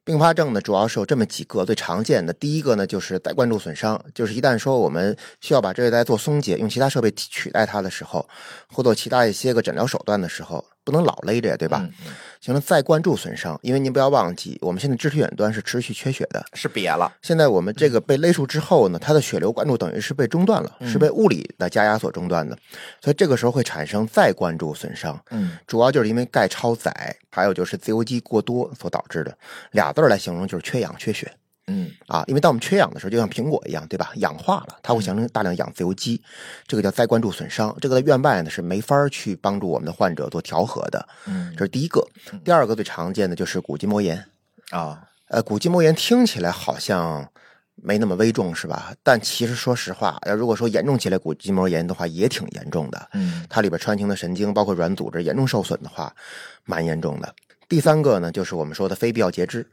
C: 并发症呢，主要是有这么几个最常见的。第一个呢，就是带冠柱损伤，就是一旦说我们需要把止血带做松解，用其他设备替取代它的时候，或做其他一些个诊疗手段的时候，不能老勒着呀，对吧？
B: 嗯嗯
C: 形成再冠柱损伤，因为您不要忘记，我们现在肢体远端是持续缺血的，
B: 是瘪了。
C: 现在我们这个被勒住之后呢，它的血流灌注等于是被中断了，是被物理的加压所中断的，所以这个时候会产生再灌注损伤，
B: 嗯
C: 主要就是因为钙超载，还有就是自由基过多所导致的。俩字儿来形容就是缺氧缺血
B: 嗯
C: 啊，因为当我们缺氧的时候，就像苹果一样，对吧？氧化了，
B: 嗯
C: 它会形成大量氧自由基，这个叫再灌注损伤。这个在院外呢是没法儿去帮助我们的患者做调和的，
B: 嗯
C: 这是第一个。第二个最常见的就是骨筋膜炎。
B: 啊，
C: 呃，骨筋膜炎听起来好像没那么危重，是吧？但其实说实话，呃要如果说严重起来骨筋膜炎的话，也挺严重的。
B: 嗯
C: 它里边穿行的神经，包括软组织严重受损的话，蛮严重的。第三个呢，就是我们说的非必要截肢，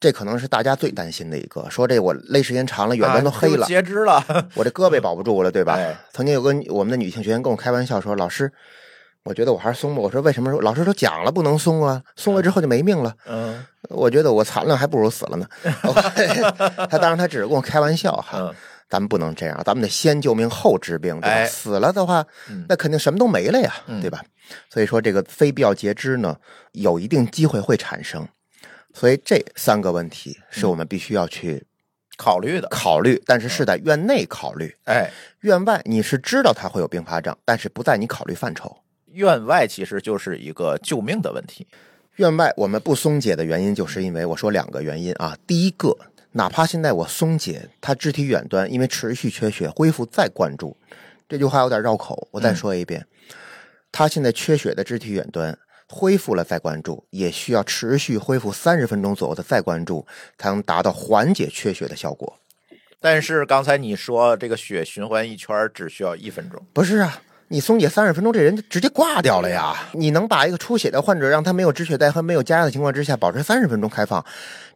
C: 这可能是大家最担心的一个。说这我勒时间长了，远端都黑了，
B: 啊就截肢了。
C: 我这胳膊也保不住了， *laughs* 对吧？
B: 哎
C: 曾经有个女我们的女性学员跟我开玩笑说：“老师，我觉得我还是松吧。”我说：“为什么？”老师说：“讲了不能松啊，松了之后就没命了。”
B: 嗯
C: 我觉得我残了还不如死了
B: *laughs*
C: 呢。他当然他只是跟我开玩笑哈，
B: 嗯
C: 咱们不能这样，咱们得先救命后治病，对吧？
B: 哎
C: 死了的话
B: 嗯，
C: 那肯定什么都没了呀，
B: 嗯
C: 对吧？所以说这个非必要截肢呢，有一定机会会产生。所以这三个问题是我们必须要去
B: 考虑的。
C: 考虑，但
B: 嗯
C: 是是在院内考虑，
B: 哎，
C: 院外你是知道它会有并发症，但是不在你考虑范畴。
B: 院外其实就是一个救命的问题。
C: 院外我们不松解的原因，就是因为我说两个原因啊。第一个，哪怕现在我松解，它肢体远端因为持续缺血恢复再灌注，这句话有点绕口，我再说一遍，它现在缺血的肢体远端。恢复了再灌注，也需要持续恢复三十分钟左右的再灌注，才能达到缓解缺血的效果。
B: 但是刚才你说这个血循环一圈儿只需要一分钟，
C: 不是啊，你松解三十分钟，这人就直接挂掉了呀！你能把一个出血的患者让他没有止血带和没有加压的情况之下保持三十分钟开放，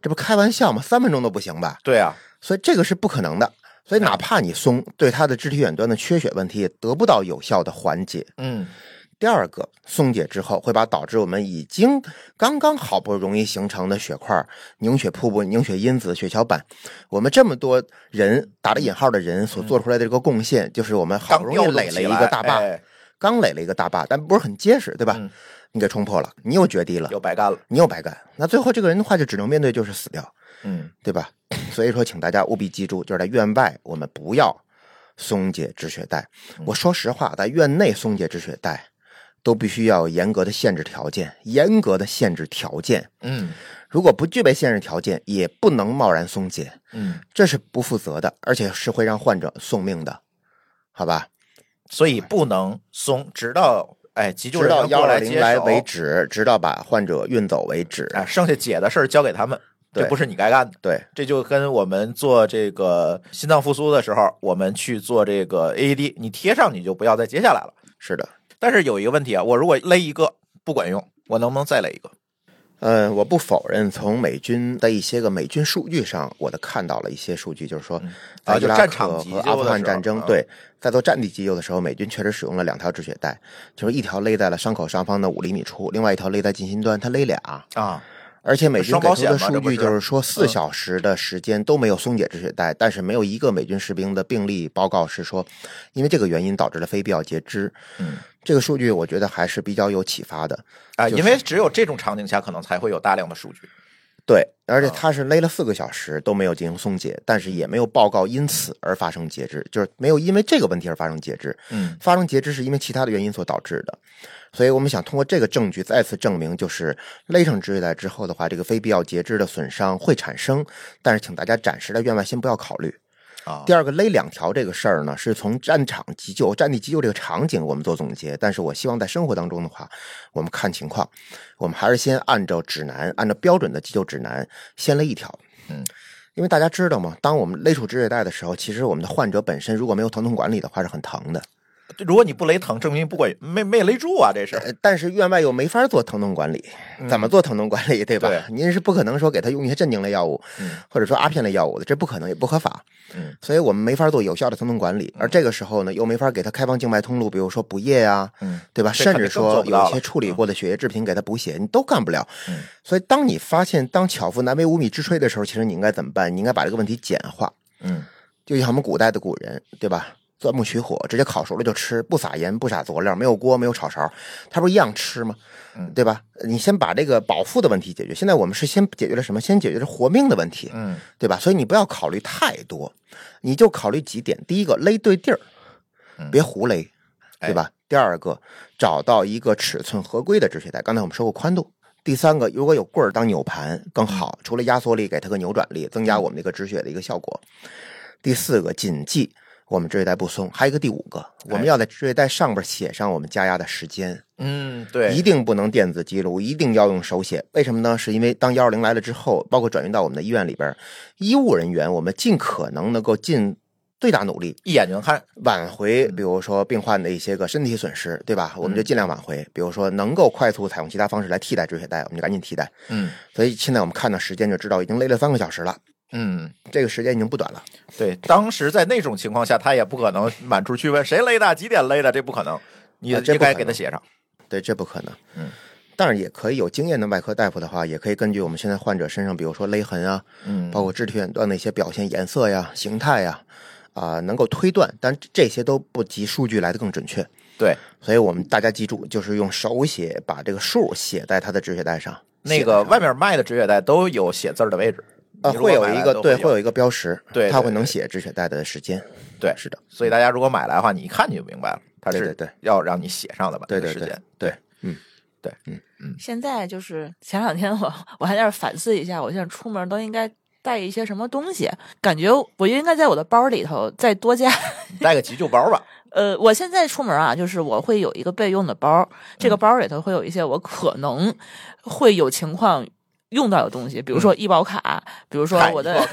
C: 这不开玩笑吗？三分钟都不行吧？
B: 对啊，
C: 所以这个是不可能的。所以哪怕你松，对他的肢体远端的缺血问题也得不到有效的缓解。
B: 嗯，
C: 第二个，松解之后会把导致我们已经刚刚好不容易形成的血块、凝血瀑布、凝血因子、血小板，我们这么多人打了引号的人所做出来的这个贡献，就是我们好不容易垒了一个大坝，
B: 哎
C: 刚垒了一个大坝，但不是很结实，对吧？
B: 嗯
C: 你给冲破了，你又决堤了，
B: 又白干了。
C: 你又白干。那最后这个人的话，就只能面对就是死掉。
B: 嗯，
C: 对吧？所以说，请大家务必记住，就是在院外我们不要松解止血带。我说实话，在院内松解止血带都必须要有严格的限制条件，严格的限制条件。
B: 嗯
C: 如果不具备限制条件，也不能贸然松解，
B: 嗯，
C: 这是不负责的，而且是会让患者送命的，好吧？
B: 所以不能松，直到哎急救
C: 直
B: 人
C: 到
B: 员
C: 幺
B: 过
C: 二
B: 接
C: 零
B: 手
C: 来为。止，直到把患者运走为止。
B: 哎，剩下解的事儿交给他们，这
C: 对
B: 不是你该干的。
C: 对，
B: 这就跟我们做这个心脏复苏的时候，我们去做这个 AED，你贴上你就不要再接下来了。
C: 是的。
B: 但是有一个问题啊，我如果勒一个不管用，我能不能再勒一个？
C: 呃，我不否认，从美军的一些个美军数据上，我的看到了一些数据，就是说，
B: 啊
C: 在伊
B: 就
C: 拉
B: 战
C: 克
B: 场急
C: 和
B: 救
C: 阿富
B: 的
C: 汗
B: 时候
C: 战争，
B: 啊
C: 对，在做战地急救的时候，美军确实使用了两条止血带，就是一条勒在了伤口上方的五厘米处，另外一条勒在近心端，它勒俩，
B: 啊，
C: 而且美军
B: 双
C: 给
B: 保
C: 出的
B: 险嘛
C: 数
B: 这不
C: 据
B: 是
C: 就是说，
B: 嗯
C: 四小时的时间都没有松解止血带，但是没有一个美军士兵的病例报告是说，因为这个原因导致了非必要截肢。
B: 嗯，
C: 这个数据我觉得还是比较有启发的。
B: 啊，
C: 就是
B: 因为只有这种场景下，可能才会有大量的数据。
C: 对，而且
B: 啊
C: 他是勒了四个小时都没有进行松解，但是也没有报告因此而发生截肢，就是没有因为这个问题而发生截肢。
B: 嗯
C: 发生截肢是因为其他的原因所导致的，所以我们想通过这个证据再次证明，就是勒上止血带之后的话，这个非必要截肢的损伤会产生，但是请大家暂时在院外先不要考虑。
B: 啊，
C: 第二个勒两条这个事儿呢，是从战场急救、战地急救这个场景我们做总结，但是我希望在生活当中的话，我们看情况，我们还是先按照指南，按照标准的急救指南先勒一条。
B: 嗯，
C: 因为大家知道嘛，当我们勒出止血带的时候，其实我们的患者本身如果没有疼痛管理的话是很疼的，
B: 如果你不勒疼，证明不管没没勒住啊，这是。
C: 呃但是院外又没法做疼痛管理，怎么做疼痛管理，对吧？
B: 嗯对
C: *laughs* 您是不可能说给他用一些镇静类药物，
B: 嗯
C: 或者说阿片类药物的，这不可能也不合法。
B: 嗯，
C: 所以我们没法做有效的疼痛管理，而这个时候呢，又没法给他开放静脉通路，比如说补液呀、
B: 嗯
C: 对吧？
B: 这
C: 甚
B: 肯定
C: 至
B: 更做
C: 说
B: 不到
C: 有
B: 了
C: 一些处理过的血液制品给他补血，你都干不了。
B: 嗯
C: 所以，当你发现当巧妇难为无米之炊的时候，其实你应该怎么办？你应该把这个问题简化，
B: 嗯
C: 就像我们古代的古人，对吧？钻木取火，直接烤熟了就吃，不撒盐，不撒佐料，没有锅，没有炒勺，它不是一样吃吗
B: 嗯？
C: 对吧？你先把这个饱腹的问题解决。现在我们是先解决了什么？先解决了活命的问题，
B: 嗯
C: 对吧？所以你不要考虑太多，你就考虑几点：第一个，勒对地儿
B: 嗯，
C: 别胡勒，
B: 哎
C: 对吧？第二个，找到一个尺寸合规的止血带。刚才我们说过宽度。第三个，如果有棍儿当扭盘更
B: 嗯
C: 好，除了压缩力，给它个扭转力，增加我们这个止血的一个效果。第四个，谨记我们止血带不松。还有一个第五个，我
B: 哎
C: 们要在止血带上边写上我们加压的时间。
B: 嗯，对，
C: 一定不能电子记录，一定要用手写。为什么呢？是因为当幺二零来了之后，包括转运到我们的医院里边儿，医务人员我们尽可能能够尽最大努力
B: 一眼就能看。
C: 挽回，比如说病患的一些个身体损失，对吧？我们就尽量挽回。比如说能够快速采用其他方式来替代止血带，我们就赶紧替代。
B: 嗯
C: 所以现在我们看到时间就知道，已经勒了三个小时了，
B: 嗯。
C: 这个时间已经不短了。
B: 对，当时在那种情况下，他也不可能满处去问谁勒的、几点勒的，这不可能。你
C: 啊这
B: 应
C: 不可能
B: 该给他写上。
C: 对，这不可能。
B: 嗯，
C: 但是也可以有经验的外科大夫的话，也可以根据我们现在患者身上，比如说勒痕啊，
B: 嗯
C: 包括肢体远端的一些表现、颜色呀、形态呀，啊、能够推断，但这些都不及数据来的更准确。
B: 对，
C: 所以我们大家记住，就是用手写把这个数写在他的止血带上。
B: 那
C: 写在
B: 个
C: 上
B: 外面卖的止血带都有写字儿的位置，
C: 呃，
B: 你如果
C: 会有
B: 买
C: 一
B: 来
C: 个
B: 都
C: 对，
B: 会
C: 会有一个标识，
B: 对
C: 它
B: 对
C: 会能
B: 对
C: 写止血带的时间。
B: 对
C: 是的，
B: 所以大家如果买来的话，你一看你就明白了，它
C: 对
B: 是
C: 对对
B: 要让你写上的吧？
C: 对
B: 这个
C: 对
B: 时
C: 对
B: 间
C: 对，
D: 现在就是前两天我我还在那儿反思一下，我现在出门都应该带一些什么东西，感觉我应该在我的包里头再多加。
B: 你带个急救包
C: *laughs*
B: 吧。
D: 呃，我现在出门啊，就是我会有一个备用的包，这个包里头会有一些我可能嗯会有情况。用到的东西，比如说医保卡，比如说
B: 嗨
D: 我
B: 你
D: 的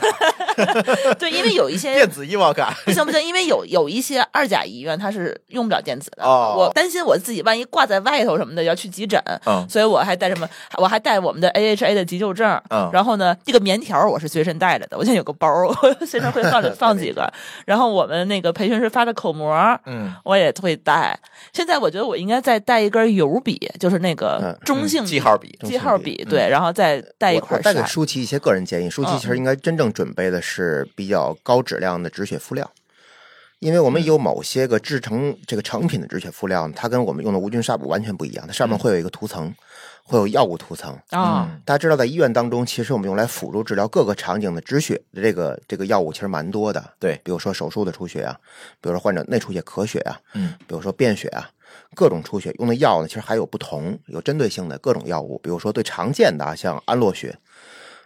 B: 说
D: *laughs* 对，因为有一些
C: 哎
B: 电子医保卡，
D: 不行不行，因为有有一些二甲医院它是用不了电
C: 啊
D: 子的，
B: 哦
D: 我担心我自己万一挂在外头什么的要去急诊，
B: 嗯
D: 所以我还带什么，我还带我们的 AHA 的急救证，
B: 嗯
D: 然后呢，这个棉条儿我是随身带着的，我现在有个包儿，我 *laughs* 身上会放着放几个，然后我们那个培训师发的口膜儿。
B: 嗯，
D: 我也会带，现在我觉得我应该再带一根油笔，就是那个
C: 嗯
D: 中性
B: 记号笔，
D: 记号笔，对，然后再带一
C: 我
D: 块
C: 我
D: 儿嗯
C: 带给
D: 筛
C: 舒淇一些个人建议，舒淇其实应该真正准备的是比较高质量的止血敷料，因为我
D: 嗯
C: 们有某些个制成这个成品的止血敷料，它跟我们用的无菌纱布完全不一样，它上面
D: 嗯
C: 会有一个涂层，会有药物涂层。
D: 啊，
C: 大家知道，在医院当中，其实我们用来辅助治疗各个场景的止血的这个这个药物其实蛮多的，
B: 对，
C: 比如说手术的出血啊，比如说患者内出血咳血啊，
B: 嗯，
C: 比如说便血啊，各种出血用的药呢，其实还有不同，有针对性的各种药物，比如说最常见的啊，像安洛血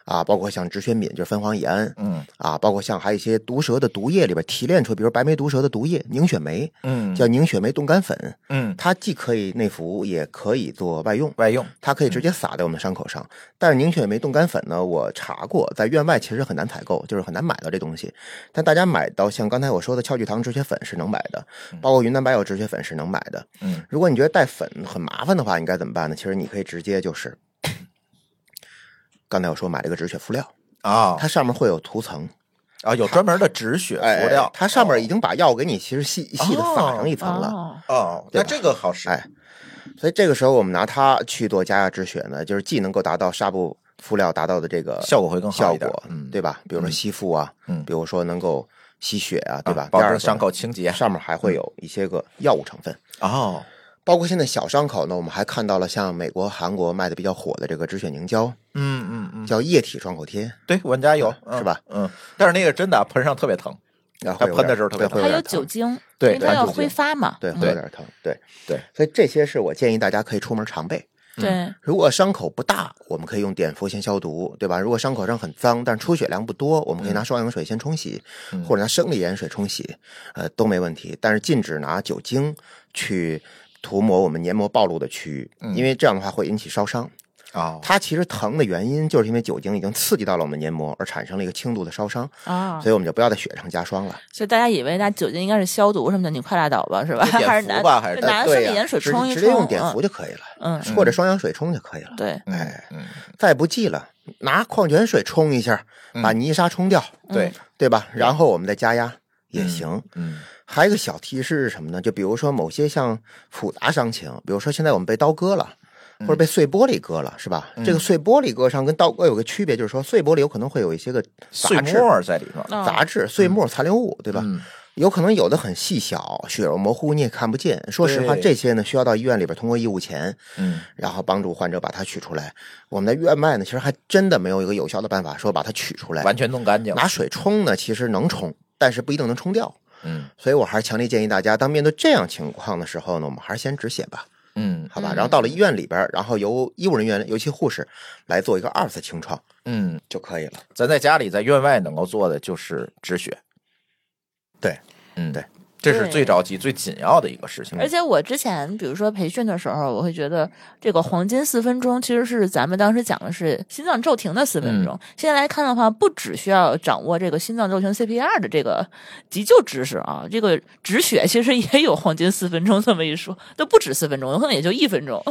C: 啊，包括像止血敏，就是酚黄盐，
B: 嗯
C: 啊，包括像还有一些毒蛇的毒液里边提炼出来，比如白眉毒蛇的毒液凝血酶，
B: 嗯
C: 叫凝血酶冻干粉，
B: 嗯，
C: 它既可以内服，也可以做外用。
B: 外用，
C: 它可以直接撒在我们的伤口上。但是凝血酶冻干粉呢，我查过，在院外其实很难采购，就是很难买到这东西。但大家买到像刚才我说的壳聚糖止血粉是能买的，包括云南白药止血粉是能买的。
B: 嗯，
C: 如果你觉得带粉很麻烦的话，你该怎么办呢？其实你可以直接就是。刚才我说买了一个止血敷料，
B: 啊
C: 它上面会有涂层，哦
B: 啊，有专门的止血
C: 哎
B: 敷料，
C: 它上面已经把药给你其实细细的撒上一层嗯了，
D: 哦，
B: 哦，那
C: 对吧
B: 这个好使，
C: 哎所以这个时候我们拿它去做加压止血呢，就是既能够达到纱布敷料达到的这个
B: 效果会更好
C: 效
B: 一点
C: 果，
B: 嗯
C: 对吧？比如说吸附啊，
B: 嗯
C: 比如说能够吸血啊，对
B: 啊？
C: 吧
B: 保
C: 第二
B: 证
C: 个
B: 伤口嗯清洁，
C: 上面还会有一些个药物成分，
B: 哦，
C: 包括现在小伤口呢，我们还看到了像美国、韩国卖的比较火的这个止血凝胶，
B: 嗯嗯嗯，
C: 叫液体创口贴，
B: 对，我们家有，嗯
C: 哎是吧？
B: 嗯，但是那个真的喷上特别疼，
C: 然
B: 啊
C: 后
B: 它
C: 有
B: 喷的
C: 点
B: 时候特别
C: 对会
D: 还有
C: 点
D: 酒
C: 疼
D: 精，
C: 对
D: 因为它
C: 还有
D: 要
C: 酒精
D: 挥发嘛，
C: 对，
D: 嗯
C: 会有点疼，对
B: 对
C: 所以这些是我建议大家可以出门常备。
D: 对，
C: 如果伤口不大，我们可以用碘伏先消毒，对吧？如果伤口上很脏，但出血量不多，我们
D: 嗯
C: 可以拿双氧水先冲洗，或者拿生理盐水冲洗，呃，都没问题。但是禁止拿酒精去涂抹我们黏膜暴露的区域，
D: 嗯
C: 因为这样的话会引起烧伤。
B: 哦，
C: 它其实疼的原因就是因为酒精已经刺激到了我们黏膜，而产生了一个轻度的烧伤，
D: 啊
C: 所，以我们就不要在血上加霜了。
D: 所以大家以为拿酒精应该是消毒什么的，你快拉倒吧，是吧？
B: 就碘
D: 还是
B: 伏
D: 拿
B: 吧还是
D: 对拿
C: 呃
D: 生
C: 对呀
D: 理盐水
C: 直
D: 冲一
C: 直接用
D: 冲，
C: 碘伏
D: 嗯
C: 就可以了，
D: 嗯，
C: 或者双氧水冲就可以了。
D: 对，
B: 哎，嗯，
C: 再不济了，拿矿泉水冲一下，
B: 嗯
C: 把泥沙冲掉，
B: 对，
C: 对吧？然后我们再加压也行。
B: 嗯
C: 还有一个小提示是什么呢？就比如说某些像复杂伤情，比如说现在我们被刀割了。
B: 嗯
C: 或者被碎玻璃割了，是吧？这个碎玻璃割伤跟刀割有个区别，就是说碎玻璃有可能会有一些个
B: 碎
C: 杂质、
B: 沫嗯在里头，
D: 嗯
C: 杂质、碎末、残留物，对吧？有可能有的很细小，血肉模糊，你也看不见。说实话，
B: 对
C: 这些呢需要到医院里边通过义务前，
B: 嗯，
C: 然后帮助患者把它取出来。我们在院外呢，其实还真的没有一个有效的办法说把它取出来。
B: 完全弄干净，
C: 哎拿水冲呢，其实能冲，但是不一定能冲掉。
B: 嗯
C: 所以我还是强烈建议大家，当面对这样情况的时候呢，我们还是先止血吧，
B: 嗯
C: 好吧？然后到了医院里边，然后由医务人员，尤其护士来做一个二次清创
B: 嗯，
C: 就可以了。
B: 咱在家里在院外能够做的就是止血，
C: 对，
B: 嗯
C: 对，
B: 这是最着急、最紧要的一个事情，
D: 而且我之前比如说培训的时候，我会觉得这个黄金四分钟其实是咱们当时讲的是心脏骤停的四分钟。
B: 嗯
D: 现在来看的话，不只需要掌握这个心脏骤停 CPR 的这个急救知识啊，这个止血其实也有黄金四分钟这么一说，都不止四分钟，有可能也就一分钟。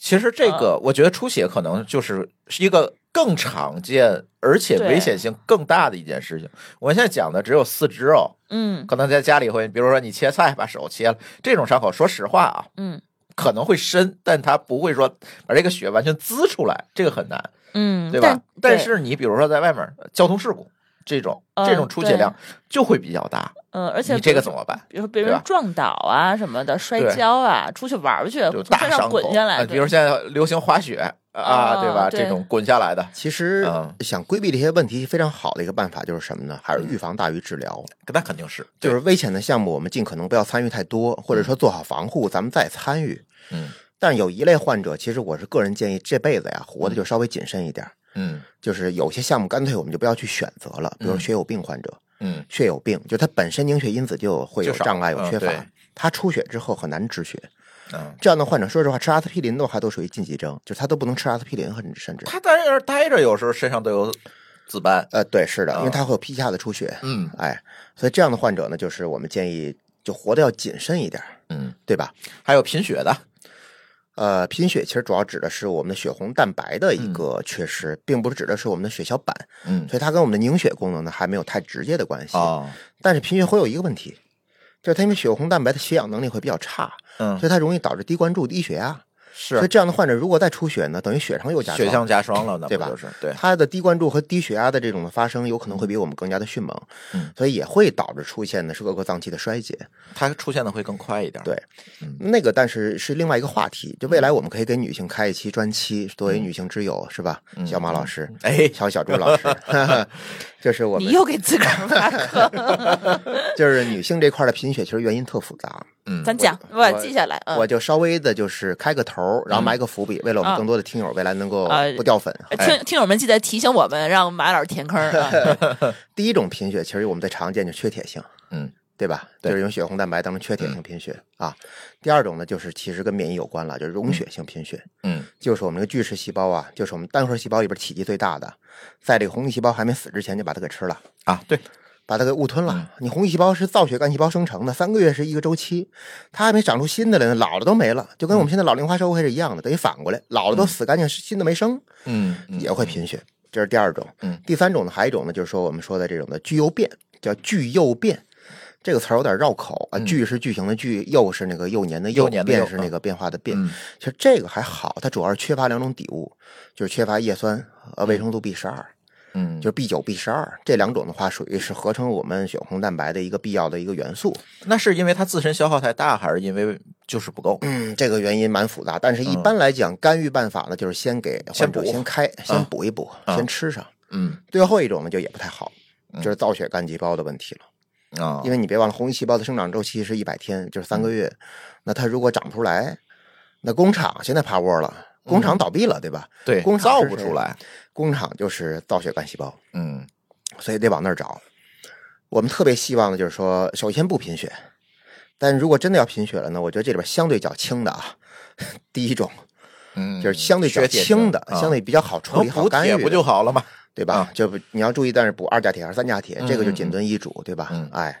B: 其实这
D: 嗯
B: 个，我觉得出血可能就是一个更常见，而且
D: 对
B: 危险性更大的一件事情。我现在讲的只有四肢哦，
D: 嗯
B: 可能在家里会，比如说你切菜把手切了，这种伤口，说实话啊，
D: 嗯
B: 可能会深，但它不会说把这个血完全滋出来，这个很难，
D: 嗯，
B: 对吧？
D: 但
B: 但是你比如说在外面呃交通事故这种
D: 嗯
B: 这种出血量就会比较大，
D: 嗯、呃而且
B: 你这个
D: 比
B: 怎
D: 如说
B: 么办？
D: 比如说别
B: 对
D: 人
B: 吧
D: 撞倒啊什么的，摔
B: 对
D: 跤啊，出去玩儿去，
B: 就
D: 从
B: 大
D: 车上
B: 伤口
D: 滚下来，
B: 呃比如
D: 对
B: 现在流行滑雪啊，
D: 啊
B: 对吧？
D: 对
B: 这种滚下来的，
C: 其实
B: 嗯
C: 想规避这些问题，非常好的一个办法就是什么呢？还是预防大于治疗。
B: 那肯定是，嗯对
C: 就是危险的项目，我们尽可能不要参与太多，或者说做好防护，咱们再参与。
B: 嗯
C: 但有一类患者，其实我是个人建议，这辈子呀活的就稍微谨慎一点儿。
B: 嗯
C: 就是有些项目干脆我们就不要去选择了，比如
B: 嗯
C: 血友病患者，
B: 嗯
C: 血友病就它本身凝血因子就会有
B: 就少
C: 障碍、有
B: 嗯
C: 缺
B: 对
C: 乏，它出血之后很难止血。
B: 嗯。
C: 这样的患者，说实话，吃阿司匹林的话都属于禁忌症，就是他都不能吃阿司匹林，甚至甚至
B: 他在那儿待着，有时候身上都有自班，
C: 呃，对，是的，
B: 啊
C: 因为它会有皮下的出血，
B: 嗯
C: 哎，所以这样的患者呢，就是我们建议就活得要谨慎一点儿，
B: 嗯，
C: 对吧？
B: 还有贫血的，
C: 呃，贫血其实主要指的是我们的血红蛋白的一个缺失，并不是指的是我们的血小板，
B: 嗯
C: 所以它跟我们的凝血功能呢还没有太直接的关系。
B: 哦，
C: 但是贫血会有一个问题，就是它因为血红蛋白的血氧能力会比较差，
B: 嗯
C: 所，以它容易导致低关注、低血压。所以
B: 是
C: 这样的患者如果再出血呢，等于血上又加
B: 雪
C: 霜
B: 上加霜了，那不
C: 对吧
B: 就是对，
C: 它的低关注和低血压的这种的发生，有可能会比我们更加的迅猛，
B: 嗯
C: 所以也会导致出现的是各个脏器的衰竭。
B: 它出现的会更快一点，
C: 对
B: 嗯
C: 那个，但是是另外一个话题，就未来我们可以给女性开一期专期，作为女性之友，是吧？
B: 嗯
C: 小马老师，
B: 哎，
C: 小小朱老
B: *laughs*
C: 师， *laughs* 哈哈，就是我
D: 你
C: 们
D: 又给自个儿挖坑，
C: 就是女性这块的贫血，其实原因特复杂，
B: 嗯，*laughs*
D: 咱讲，
C: 我
D: 我记下来。嗯
C: 我，就稍微的就是开个头儿，然后埋个伏笔，为了我们
D: 啊
C: 更多的听友未来能够
D: 啊
C: 不掉粉。
D: 听听友们记得提醒我们，让马老师填坑啊。
C: *laughs* 第一种贫血，其实我们最常见就是缺铁性，
B: 嗯，
C: 对吧？
B: 对
C: 就是用血红蛋白当中缺铁性贫血啊。第二种呢，就是其实跟免疫有关了，就是溶血性贫血，
B: 嗯
C: 就是我们这个巨噬细胞啊，就是我们单核细胞里边体积最大的，在这个红细胞还没死之前就把它给吃了。
B: 啊，对，
C: 把它给误吞了。
B: 嗯
C: 你红细胞是造血干细胞生成的，三个月是一个周期，它还没长出新的来呢，老的都没了，就跟
B: 嗯
C: 我们现在老龄化社会是一样的，等于反过来，老的都死干净，新的没生，
B: 嗯，嗯
C: 也会贫血。这是第二种
B: 嗯，
C: 第三种呢，还有一种呢，就是说我们说的这种的巨幼变，叫巨幼变，这个词儿有点绕口啊。
B: 嗯
C: 巨是巨型的巨，幼是那个幼年的幼，
B: 幼年的幼
C: 变是那个变化的变。
B: 嗯
C: 其实这个还好，它主要是缺乏两种底物，就是缺乏叶酸呃维生素 B 十二。
B: 嗯，
C: 就是 B 九、B 十二这两种的话，属于是合成我们血红蛋白的一个必要的一个元素。
B: 那是因为它自身消耗太大，还是因为就是不够？
C: 嗯，这个原因蛮复杂，但是一般来讲，干预办法呢，就是先给患者
B: 嗯先补
C: 先开，先补一补，
B: 啊
C: 先吃上。
B: 嗯
C: 最后一种呢，就也不太好，
B: 嗯
C: 就是造血干细胞的问题了。
B: 啊，嗯
C: 因为你别忘了，红细胞的生长周期是一百天，就是三个月。那它如果长不出来，那工厂现在趴窝了，工
B: 嗯
C: 厂倒闭了，对吧？
B: 对，
C: 工厂
B: 造
C: 是
B: 不出
C: 谁
B: 来，
C: 工厂就是造血干细胞，
B: 嗯
C: 所以得往那儿找。我们特别希望的就是说，首先不贫血，但如果真的要贫血了呢，我觉得这里边相对较轻的啊， *laughs* 第一种
B: 嗯，
C: 就是相对较
B: 缺铁
C: 轻的，
B: 啊
C: 相对比较好处
B: 能
C: 理、好
B: 补
C: 干
B: 铁
C: 预
B: 不
C: 的，
B: 就好了吗？
C: 对吧
B: 啊？
C: 就不你要注意，但是补二价铁还是三价铁，这个就
B: 嗯嗯
C: 谨遵医嘱，对吧
B: 嗯？
C: 哎，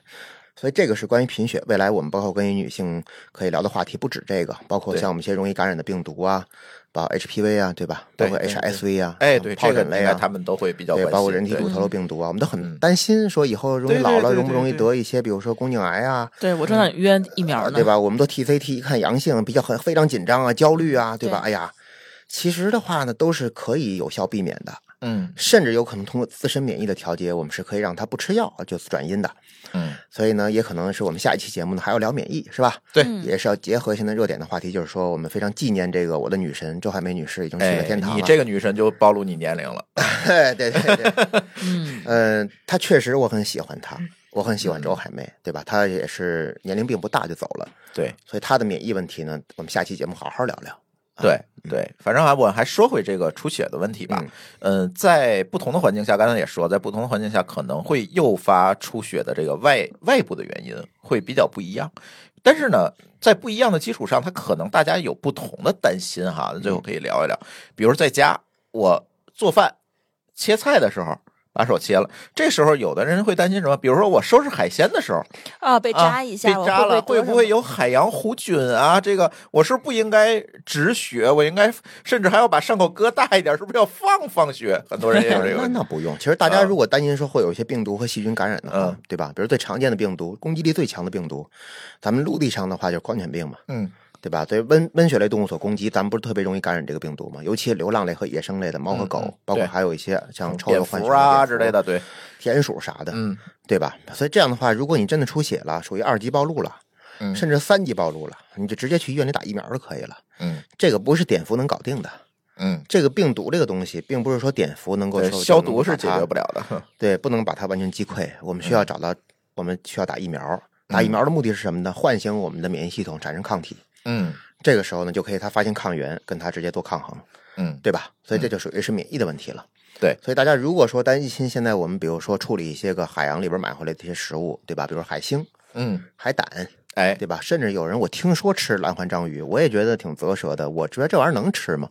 C: 所以这个是关于贫血，未来我们包括关于女性可以聊的话题不止这个，包括
B: 对
C: 像我们一些容易感染的病毒啊，包括 HPV 啊，对吧？包
B: 对
C: 括
B: 对
C: HSV 啊，
B: 哎，对，
C: 疱
B: 这个
C: 疹
B: 应
C: 类
B: 该
C: 啊，
B: 他们都会比较
C: 对，
B: 关
C: 包括
B: 心
C: 人体
B: 对
C: 乳头瘤病毒啊，我们都
B: 嗯
C: 很担心，说以后容易
B: 对
C: 老
B: 对
C: 了
B: 对
C: 容不
B: 对
C: 容易
B: 对
C: 得一些，比如说宫颈癌啊，
D: 对我正在约疫苗
C: 呃
D: 呢，
C: 对？吧？我们都 TCT 一看阳性，比较很非常紧张啊，焦虑啊，对吧？
D: 对
C: 哎呀，其实的话呢，都是可以有效避免的，
B: 嗯
C: 甚至有可能通过自身免疫的调节，我们是可以让它不吃药就转阴的。
B: 嗯，
C: 所以呢，也可能是我们下一期节目呢还要聊免疫，是吧？
B: 对
D: 嗯
C: 也是要结合现在热点的话题，就是说我们非常纪念这个我的女神周海媚女士已经去了
B: 哎，
C: 天堂了。
B: 你这个女神就暴露你年龄了，
C: *laughs* 对对对对。
D: 嗯，
C: 呃，她确实我很喜欢她，我很喜欢周海媚，对吧？她也是年龄并不大就走了，
B: 对
C: 所以她的免疫问题呢，我们下期节目好好聊聊。
B: 对对，反正啊，我还说回这个出血的问题吧。嗯、在不同的环境下，刚才也说，在不同的环境下可能会诱发出血的这个外外部的原因会比较不一样。但是呢，在不一样的基础上，它可能大家有不同的担心哈。最后可以聊一聊，比如在家我做饭切菜的时候把手切了，这时候有的人会担心什么？比如说我收拾海鲜的时候，
D: 啊，被
B: 啊
D: 扎一下，
B: 被
D: 我
B: 扎了
D: 会
B: 会
D: 不
B: 不
D: 会
B: 会
D: 有？
B: 有海洋弧菌啊？这个我是不是不应该止血，我应该甚至还要把伤口割大一点，是不是要放放血？很多人也有这个
C: 那 *laughs*
B: 问题。
C: 那不用，其实大家
B: 啊
C: 如果担心说会有一些病毒和细菌感染的话，
B: 嗯
C: 对吧？比如最常见的病毒，攻击力最强的病毒，咱们陆地上的话就是狂犬病嘛，
B: 嗯
C: 对吧？所以温温血类动物所攻击，咱们不是特别容易感染这个病毒嘛？尤其流浪类和野生类的猫和狗，
B: 嗯嗯
C: 包括
B: 对
C: 还有一些像臭
B: 蝙
C: 鼬、浣
B: 蝠
C: 熊
B: 啊
C: 啊
B: 之类的，对，
C: 田鼠啥的，
B: 嗯
C: 对吧？所以这样的话，如果你真的出血了，属于二级暴露了，
B: 嗯
C: 甚至三级暴露了，你就直接去医院里打疫苗就可以了。
B: 嗯
C: 这个不是碘伏能搞定的。
B: 嗯，
C: 这个病毒这个东西，并不是说碘伏能够
B: 对，
C: 说
B: 消
C: 就能
B: 毒是
C: 把
B: 解
C: 它
B: 决不了
C: *laughs*
B: 的。
C: 对，不能把它完全击溃。我们需要找到，我们需要打疫苗。打疫苗的目的是什么呢？唤醒我们的免疫系统，产生抗体。
B: 嗯
C: 这个时候呢，就可以它发现抗原，跟它直接做抗衡，
B: 嗯，
C: 对吧？所以这就属于是免疫的问题了。
B: 对
C: 所以大家如果说担心现在我们比如说处理一些个海洋里边买回来的一些食物，对吧？比如海星、
B: 嗯，
C: 海胆，
B: 哎
C: 对吧？甚至有人我听说吃蓝环章鱼，我也觉得挺啧舌的。我觉得这玩意儿能吃吗？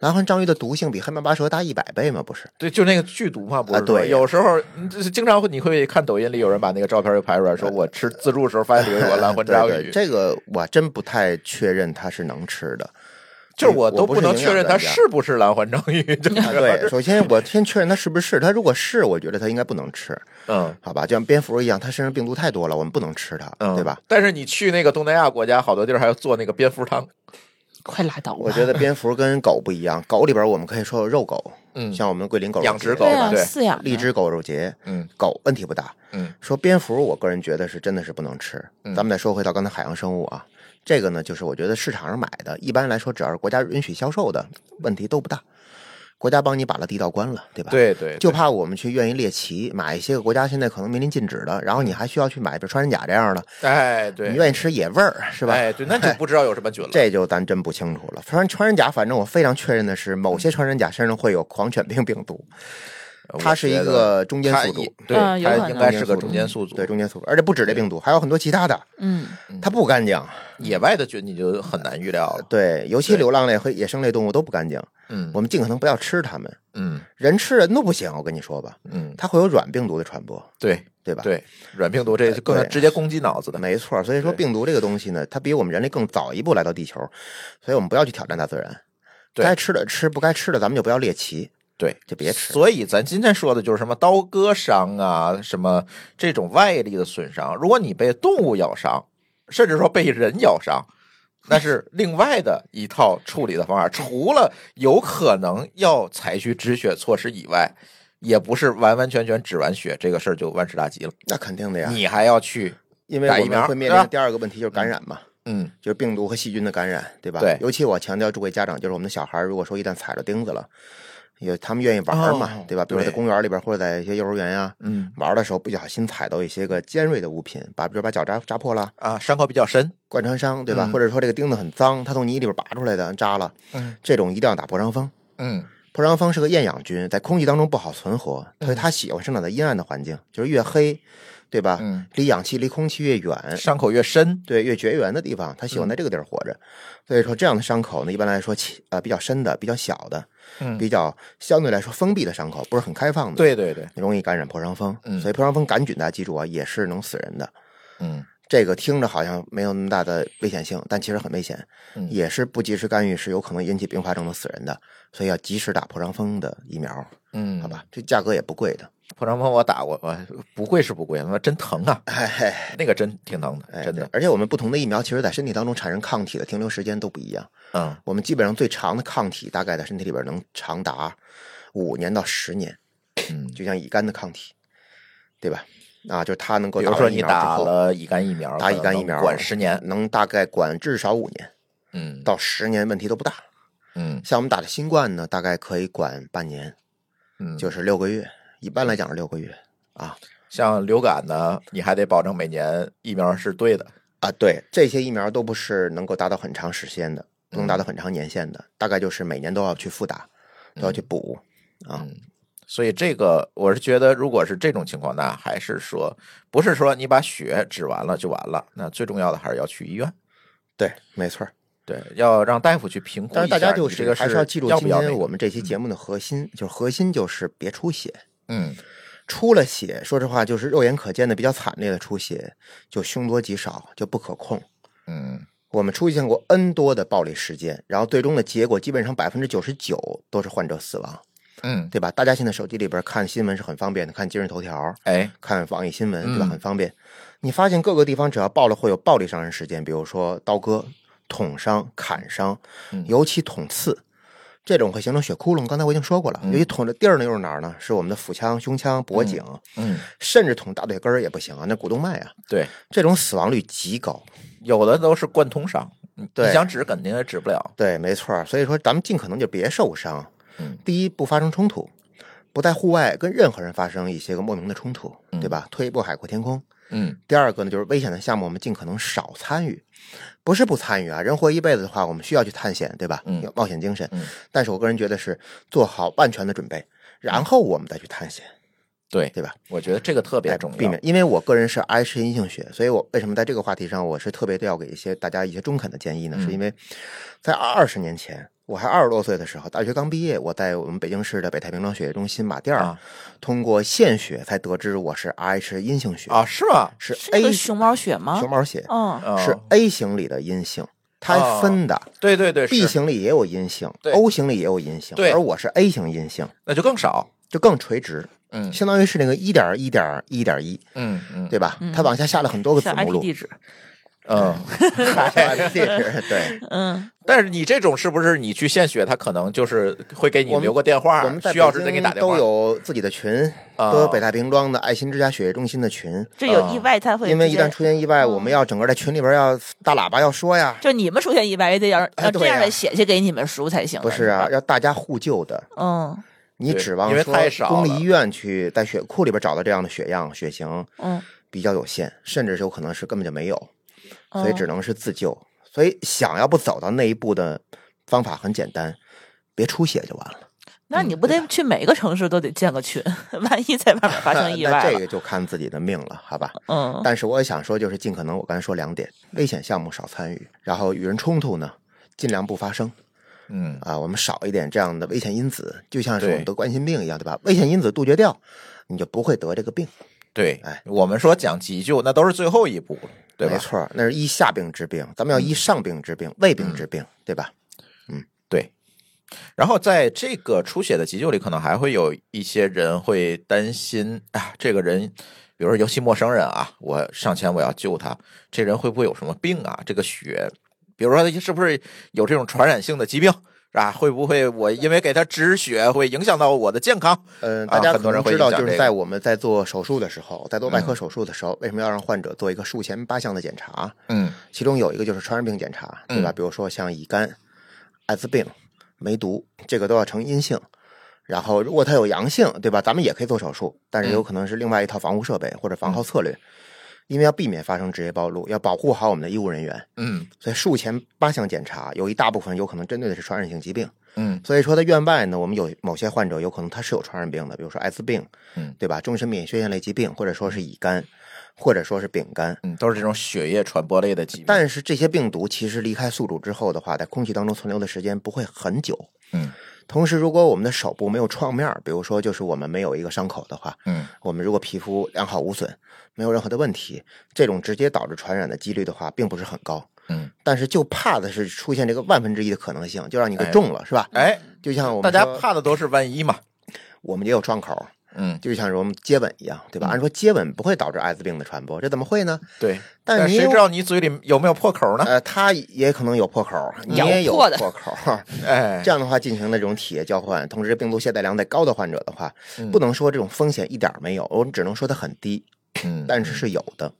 C: 蓝环章鱼的毒性比黑曼巴蛇大一百倍吗？不是，
B: 对，就那个剧毒嘛，不是
C: 啊
B: 说？
C: 对
B: 有时候嗯就是经常会你会看抖音里有人把那个照片又拍出来，说我吃自助的时候发现里
C: *laughs*
B: 面有个哎蓝魂章
C: 对对
B: 鱼，
C: 这个我真不太确认它是能
B: *laughs*
C: 吃的。
B: 就是我都
C: 我不是
B: 能
C: 营养
B: 确认它
C: 专家
B: 是不是蓝魂章鱼，
C: *laughs*
B: 就是
C: 啊，对，首先我先确认它是不是，它如果是，我觉得它应该不能吃，
B: *laughs* 嗯。
C: 好吧？就像蝙蝠一样，它身上病毒太多了，我们不能吃它，
B: 嗯，
C: 对吧？？
B: 但是你去那个东南亚国家，好多地儿还要做那个蝙蝠汤，
D: 快拉倒吧！
C: 我觉得蝙蝠跟狗不一样，狗里边我们可以说有肉狗，
B: 嗯
C: 像我们桂林狗肉
B: 养
C: 节
B: 殖狗
D: 对啊，
B: 对
D: 饲养的
C: 荔枝狗肉节，
B: 嗯
C: 狗问题不大。
B: 嗯，
C: 说蝙蝠，我个人觉得是真的是不能吃。
B: 嗯
C: 咱们再说回到刚才海洋生物啊，这个呢，就是我觉得市场上买的，一般来说只要是国家允许销售的，问题都不大。国家帮你把了地道关了，对吧？。
B: 对对，
C: 就怕我们去愿意猎奇，买一些个国家现在可能面临禁止的，然后你还需要去买，比如穿山甲这样的，
B: 哎
C: 你
B: 对，
C: 愿意吃野味儿是吧？
B: 哎对，那
C: *laughs*
B: 就不知道有什么菌了。
C: 这就咱真不清楚了。穿穿山甲，反正我非常确认的是，某些穿山甲身上会有狂犬病病毒，它是一个中间
B: 它
C: 宿
B: 一
C: 主，
B: 对，它
D: 嗯有可
B: 应
D: 能
B: 该是个中间宿主。
C: 对，中间宿主，而且不止这病毒，还有很多其他的，
D: 嗯，
C: 它不干净。
B: 野外的菌你就很难预料了。
C: 对，尤其
B: 嗯对
C: 流浪类和野生类动物都不干净，
B: 嗯
C: 我们尽可能不要吃它们，
B: 嗯
C: 人吃人都不行。我跟你说吧，
B: 嗯，
C: 它会有软病毒的传播，
B: 对
C: 对吧？。
B: 对，软病毒这是更
C: 对
B: 直接攻击脑子的。
C: 没错，所以说
B: 对
C: 病毒这个东西呢，它比我们人类更早一步来到地球，所以我们不要去挑战大自然。
B: 对
C: 该吃的吃，不该吃的咱们就不要猎奇，
B: 对，
C: 就别吃。
B: 所以咱今天说的就是什么刀割伤啊，什么这种外力的损伤。如果你被动物咬伤，甚至说被人咬伤，那是另外的一套处理的方法。除了有可能要采取止血措施以外，也不是完完全全止完血这个事儿就万事大吉了。
C: 那肯定的呀，
B: 你还要去，
C: 因为
B: 打
C: 我
B: 疫苗
C: 们会面
B: 是吧
C: 临第二个问题就是感染嘛，
B: 嗯
C: 就是病毒和细菌的感染，对吧？
B: 对
C: 尤其我强调诸位家长，就是我们的小孩儿，如果说一旦踩着钉子了，有他们愿意玩儿嘛，
B: 哦
C: 对吧？比如说在
B: 对
C: 公园里边或者在一些幼儿园呀、
B: 嗯
C: 玩儿的时候不小心踩到一些个尖锐的物品，把比如把脚扎扎破了、
B: 啊，伤口比较深，
C: 贯穿伤，对吧？
B: 嗯
C: 或者说这个钉子很脏，它从泥里边拔出来的扎了，
B: 嗯
C: 这种一定要打破伤风。
B: 嗯
C: 破伤风是个厌氧菌，在空气当中不好存活，
B: 嗯
C: 所以它喜欢生长在阴暗的环境，就是越黑，对吧？
B: 嗯，
C: 离氧气、离空气越远，
B: 伤口越深，
C: 对，越绝缘的地方，它喜
B: 嗯
C: 欢在这个地儿活着。所以说，这样的伤口呢，一般来说起，呃，比较深的、比较小的、
B: 嗯，
C: 比较相对来说封闭的伤口，不是很开放的，，
B: 对对对，
C: 容易感染破伤风。
B: 嗯
C: 所以破伤风杆菌大家记住啊，也是能死人的。
B: 嗯
C: 这个听着好像没有那么大的危险性，但其实很危险，
B: 嗯
C: 也是不及时干预是有可能引起并发症的死人的。所以要及时打破伤风的疫苗，
B: 嗯，
C: 好吧？这价格也不贵的。
B: 破伤风我打过，我不贵是不贵，他妈真疼啊！
C: 哎，
B: 那个真挺疼的，
C: 哎
B: 真
C: 对
B: 的。
C: 而且我们不同的疫苗，其实在身体当中产生抗体的停留时间都不一样。
B: 嗯，
C: 我们基本上最长的抗体，大概在身体里边能长达五年到十年，
B: *laughs* 嗯
C: 就像乙肝的抗体，对吧？啊，就是它能够
B: 比
C: 打
B: 如
C: 完
B: 说
C: 疫
B: 你
C: 苗之
B: 打
C: 后，
B: 了乙肝疫苗，
C: 打乙肝疫苗
B: 可能管十年，
C: 能大概管至少五年
B: 嗯
C: 到十年，问题都不大。
B: 嗯
C: 像我们打的新冠呢，大概可以管半年，
B: 嗯，
C: 就是六个月，一般来讲是六个月啊
B: 像流感呢，你还得保证每年疫苗是对的。
C: 啊，对，这些疫苗都不是能够达到很长时间的，不能达
B: 嗯
C: 到很长年限的，大概就是每年都要去复打，都要去
B: 嗯
C: 补啊。
B: 所以这个我是觉得，如果是这种情况，那还是说不是说你把血止完了就完了，那最重要的还是要去医院，
C: 对，没错儿。
B: 对，要让大夫去评估一下
C: 但是大家就
B: 你这
C: 是
B: 个
C: 还
B: 是
C: 是要记住
B: 要不
C: 今
B: 要那
C: 天
B: 个
C: 我们这期节目的核心，就是核心就是别出血。
B: 嗯
C: 出了血，说实话就是肉眼可见的比较惨烈的出血，就凶多吉少，就不可控。
B: 嗯
C: 我们出现过 N 多的暴力事件，然后最终的结果基本上百分之九十九都是患者死亡，
B: 嗯，
C: 对吧？大家现在手机里边看新闻是很方便的，看今日头条，
B: 哎，
C: 看网易新闻，对吧？
B: 嗯
C: 很方便。你发现各个地方只要报了会有暴力伤人事件，比如说刀割、捅伤、砍伤
B: 嗯，
C: 尤其捅刺，这种会形成血窟窿。刚才我已经说过了，尤其捅的地儿呢又是哪儿呢？是我们的腹腔、胸腔、脖颈，
B: 嗯，
C: 甚至捅大腿根儿也不行啊，那股动脉啊，
B: 对，
C: 这种死亡率极高。
B: 有的都是贯通伤，你你
C: 对
B: 想止肯定也止不了。
C: 对，没错儿。所以说，咱们尽可能就别受伤。
B: 嗯
C: 第一，不发生冲突，不在户外跟任何人发生一些个莫名的冲突，对吧？退一步海阔天空。
B: 嗯
C: 第二个呢，就是危险的项目，我们尽可能少参与，不是不参与啊。人活一辈子的话，我们需要去探险，对吧？
B: 嗯
C: 有冒险精神。
B: 嗯
C: 但是我个人觉得是做好万全的准备，然后我们再去探险。
B: 对
C: 对吧？
B: 我觉得这个特别
C: 哎
B: 重要，
C: 避免。因为我个人是 I 是阴性血，所以我为什么在这个话题上我是特别要给一些大家一些中肯的建议呢？
B: 嗯
C: 是因为在二十年前，我还二十多岁的时候，大学刚毕业，我在我们北京市的北太平庄血液中心马甸儿、
B: 啊
C: 通过献血才得知我是 I 是阴性血
B: 啊，，是吗？
C: 是
D: 是那
C: A
D: 个熊猫血吗
C: 哎熊？猫血、
D: 嗯，
B: 嗯
C: 是 A 型里的阴性，它还分的、
B: 对对对
C: B
B: 哦是
C: 型里也有阴性
B: 对
C: ，O 型里也有阴性，
B: 对
C: 而我是 A 型阴性，
B: 那就更少。
C: 就更垂直，
B: 嗯
C: 相当于是那个一点一点一点一，
B: 嗯嗯，
C: 对吧？
D: 嗯
C: 它往下下了很多个子
D: 像
C: 目
D: IP
C: 录，
D: 地址，
C: *laughs*
B: 嗯。哎
C: IP 地址，
B: *laughs*
C: 对，
D: 嗯，
B: 但是你这种是不是你去献血，他可能就是会给你
C: 我们
B: 留个电话
C: 我们，在
B: 需要时
C: 北
B: 再给
C: 京
B: 你打电
C: 都
B: 话。
C: 有自己的群，
B: 啊
C: 都有北大平庄的爱心之家血液中心的群，
D: 这有意外才会
C: 啊
D: 直接，嗯
C: 因为一旦出现意外，我们要整个在群里边要大喇叭要说呀，
D: 就你们出现意外，也得要
C: 哎
D: 要
C: 对
D: 这样
C: 呀
D: 的血去给你们输才行。
C: 不是啊，，要大家互救的，
D: 嗯
C: 你
B: 对
C: 指望
B: 因为
C: 说
B: 太少
C: 公立
B: 了
C: 医院去在血库里边找到这样的血样、血型
D: 嗯，
C: 比较有限，甚至是有可能是根本就没有，
D: 嗯
C: 所以只能是自救。所以想要不走到那一步的方法很简单，别出血就完了。
D: 那
C: 嗯
D: 你不得去每个城市都得建个群， *laughs* 万一在外
C: *laughs*
D: 面发生意
C: 那
D: 外
C: 这
D: 了，
C: 个就看自己的命了，好吧？
D: 嗯
C: 但是我想说，就是尽可能我刚才说两点：危险项目少参与，然后与人冲突呢尽量不发生。
B: 嗯
C: 啊，我们少一点这样的危险因子，就像是我们
B: 对
C: 得冠心病一样，对吧？危险因子杜绝掉，你就不会得这个病，
B: 对
C: 哎，
B: 我们说讲急救，那都是最后一步了，对
C: 没
B: 吧？
C: 错，那是医下病治病，咱们要
D: 嗯
C: 医上病治病、胃病治病，对吧？
B: 对。然后在这个出血的急救里，可能还会有一些人会担心啊，这个人，比如说尤其陌生人啊，我上前我要救他，这人会不会有什么病啊？这个血，比如说是不是有这种传染性的疾病？啊，会不会我因为给他止血会影响到我的健康？
C: 嗯、
B: 啊
C: 大家
B: 很
C: 可
B: 多人
C: 能
B: 会
C: 知道，
B: 影响
C: 就是
B: 这
C: 在
B: 个
C: 我们在做手术的时候，在做外科
B: 嗯
C: 手术的时候，为什么要让患者做一个术前八项的检查？
B: 嗯
C: 其中有一个就是传染病检查，对吧？
B: 嗯
C: 比如说像乙肝、艾滋病、梅毒，这个都要呈阴性。然后，如果它有阳性，对吧？咱们也可以做手术，但
B: 嗯
C: 是有可能是另外一套防护设备或者防号策略，因为要避免发生职业暴露，要保护好我们的医务人员。
B: 嗯
C: 所以，术前八项检查有一大部分有可能针对的是传染性疾病。
B: 嗯
C: 所以说，在院外呢，我们有某些患者有可能他是有传染病的，比如说艾滋病，
B: 嗯
C: 对吧？终身免疫缺陷类疾病，或者说是乙肝，或者说是丙肝，
B: 嗯，都是这种血液传播类的疾病。
C: 但是这些病毒其实离开宿主之后的话，在空气当中存留的时间不会很久。
B: 嗯
C: 同时，如果我们的手部没有创面儿，比如说就是我们没有一个伤口的话，
B: 嗯
C: 我们如果皮肤良好无损，没有任何的问题，这种直接导致传染的几率的话，并不是很高。
B: 嗯，
C: 但是就怕的是出现这个万分之一的可能性，就让你给中了，是吧？
B: 哎，
C: 就像我
B: 大
C: 们
B: 家
C: 说
B: 怕的都是万一嘛。
C: 我们也有创口，
B: 嗯，
C: 就像是我们接吻一样，对吧？
B: 嗯
C: 按说接吻不会导致艾滋病的传播，这怎么会呢？
B: 对。
C: 但是你
B: 谁
C: 有
B: 知道你嘴里有没有破口呢？
C: 呃，他也可能有破口，你
D: 咬
C: 也有
D: 破的
C: 破口。 *laughs*
B: 哎，
C: 这样的话进行那种体液交换，同时病毒携带量在高的患者的话，不能说这种风险一点儿没有，我们只能说它很低，
B: 嗯，
C: 但是是有的。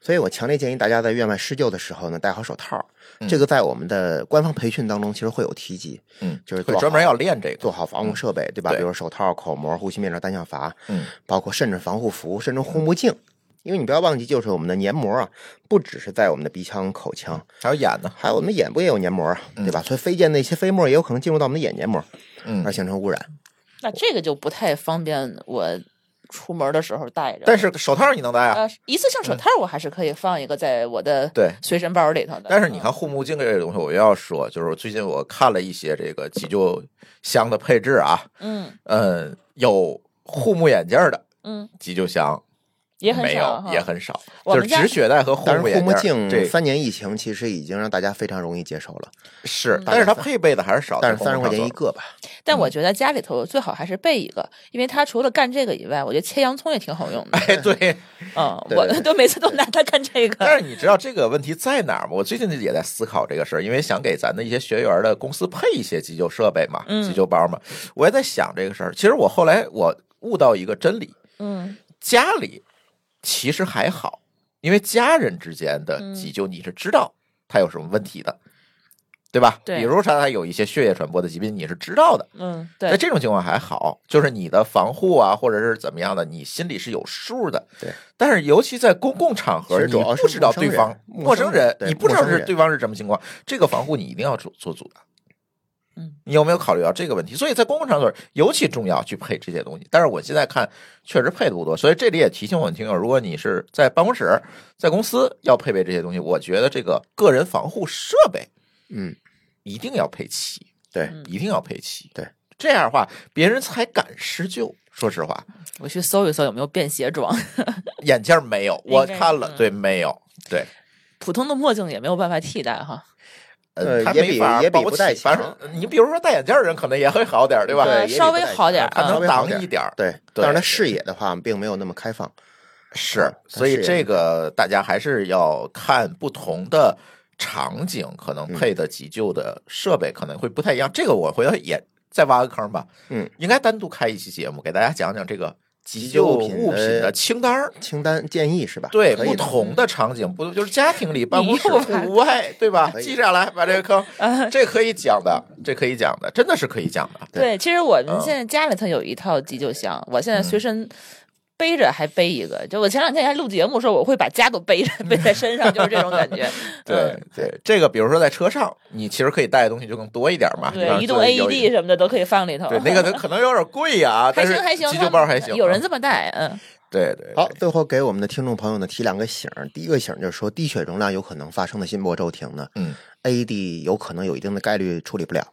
C: 所以我强烈建议大家在院外施救的时候呢，戴好手套。这个在我们的官方培训当中其实会有提及，
B: 嗯，
C: 就是
B: 会
C: 做
B: 专
C: 好
B: 门要练这个。
C: 做好防护设备，对吧？
B: 对
C: 比如手套、口膜、呼吸面罩、单向阀，
B: 嗯，
C: 包括甚至防护服，甚至护目镜。因为你不要忘记，就是我们的黏膜啊，不只是在我们的鼻腔、口腔，
B: 还有眼呢。
C: 还有我们的眼部也有黏膜啊，对吧？所以飞溅的一些飞沫也有可能进入到我们的眼黏膜，
B: 嗯
C: 而形成污染。
D: 那这个就不太方便我出门的时候带着。
B: 但是手套你能戴啊？
D: 呃，一次性手套我还是可以放一个在我的
B: 对
D: 随身包里头的。
B: 但是你
D: 嗯
B: 看护目镜这个东西，我又要说，就是最近我看了一些这个急救箱的配置啊，
D: 嗯
B: 嗯，有护目眼镜儿的
D: 嗯，
B: 急救箱
D: 也很
B: 没
D: 少
B: 有
D: 哈，
B: 也很少，
D: 我
B: 就是
D: 们家
B: 止血带和护
C: 但是
B: 目眼
C: 护
B: 镜
C: 目
B: 儿
C: 镜
B: 这
C: 三年疫情其实已经让大家非常容易接受了，
B: 是，
D: 嗯
B: 但是它配备的还是少，
C: 但
B: 在
C: 是
B: 公
C: 三
B: 共
C: 十块
B: 场所
C: 钱一个吧，
D: 但
B: 嗯
D: 我觉得家里头最好还是备一个，因为它除了干这个以外，我觉得切洋葱也挺好用的。
B: 哎，
C: *laughs*
B: 对，
D: 嗯，
C: 对
D: 我
C: 对
D: *laughs* 都每次都拿它干 *laughs* 这个。
B: 但是你知道这个问题在哪儿吗？我最近也在思考这个事儿，因为想给咱的一些学员的公司配一些急救设备嘛，
D: 嗯
B: 急救包嘛，我也在想这个事儿。其实我后来我悟到一个真理，
D: 嗯
B: 家里其实还好，因为家人之间的
D: 嗯
B: 急救你是知道他有什么问题的，对吧？
D: 对
B: 比如说他有一些血液传播的疾病，你是知道的。
D: 嗯，
B: 在
D: 对，
B: 这种情况还好，就是你的防护啊，或者是怎么样的，你心里是有数的。
C: 对。
B: 但是尤其在公共场合，
C: 其实
B: 你
C: 主要是
B: 不知道
C: 陌生
B: 对方
C: 人陌
B: 陌
C: 生
B: 生
C: 人
B: 人，
C: 对
B: 你不知
C: 陌
B: 道
C: 生
B: 是
C: 人
B: 对方是什么情况，这个防护你一定要做做足的。
D: 嗯，
B: 你有没有考虑到这个问题？所以在公共场所尤其重要去配这些东西。但是我现在看确实配的不多，所以这里也提醒我们听友，如果你是在办公室、在公司要配备这些东西，我觉得这个个人防护设备
C: 嗯，
B: 一定要配齐，嗯
C: 对，
B: 一定要配齐。
C: 对，
B: 这样的话别人才敢施救。说实
C: *laughs*
B: 话，
D: 我去搜一搜有没有便携装，
B: 眼镜没有，
D: 应该
B: 我看了，
D: 嗯
B: 对，没有，对。
D: 普通的墨镜也没有办法替代哈。
B: 呃，
C: 呃
B: 他
C: 也
B: 没
C: 比
B: 法
C: 也比
B: 保
C: 不戴
B: 起反正
C: 强
B: 你比如说戴眼镜儿人可能也会好点儿，对吧？
D: 对呃
C: 也得
D: 稍
C: 不
D: 微
C: 戴
D: 好点
C: 眼
D: 儿
B: 他
C: 镜
D: 啊
C: 稍
B: 能
C: 微好
B: 挡一点儿，
C: 对，
B: 对
C: 但是他
B: 对
C: 视野的话并没有那么开放。
B: 是，所
C: 是
B: 以这个大家还是要看不同的场景，可能配的急救的设备可能会不太一样。这个我回头也再挖个坑吧，
C: 嗯，
B: 应该单独开一期节目给大家讲讲这个急
C: 急
B: 救
C: 救
B: 物
C: 物
B: 品
C: 品
B: 的
C: 的
B: 清单儿。
C: 清单建议是吧？
B: 对，
C: 可以
B: 不
C: 的
B: 同的场景，不就是家庭里、办公室、
D: 又来
B: 户外，对吧？
C: 可以
B: 记下来，把这个坑，这可以讲的，这可以讲的，真的是可以讲的。
D: 对，其实我
B: 嗯
D: 们现在家里头有一套急救箱，我现在随身背着还背一个。就我前两天还录节目说，我会把家都背着背在身上，就是这种感觉。
B: *laughs* 对
D: 嗯
B: 对，这个比如说在车上，你其实可以带的东西就更多一点嘛。比方
D: 对，移动 E
B: 说有
D: AED 什么的都可以放里头。
B: 对，
D: *laughs*
B: 那个可能有点贵呀、啊，
D: 还
B: 但是
D: 行哦还行，
B: 急
D: 他
B: 救包还行啊，
D: 有人这么带，嗯，
B: 对对对
C: 好，最后给我们的听众朋友呢提两个醒儿。第一个醒儿就是说，低血容量有可能发生的心波骤停呢，
B: 嗯
C: ，AD 有可能有一定的概率处理不了，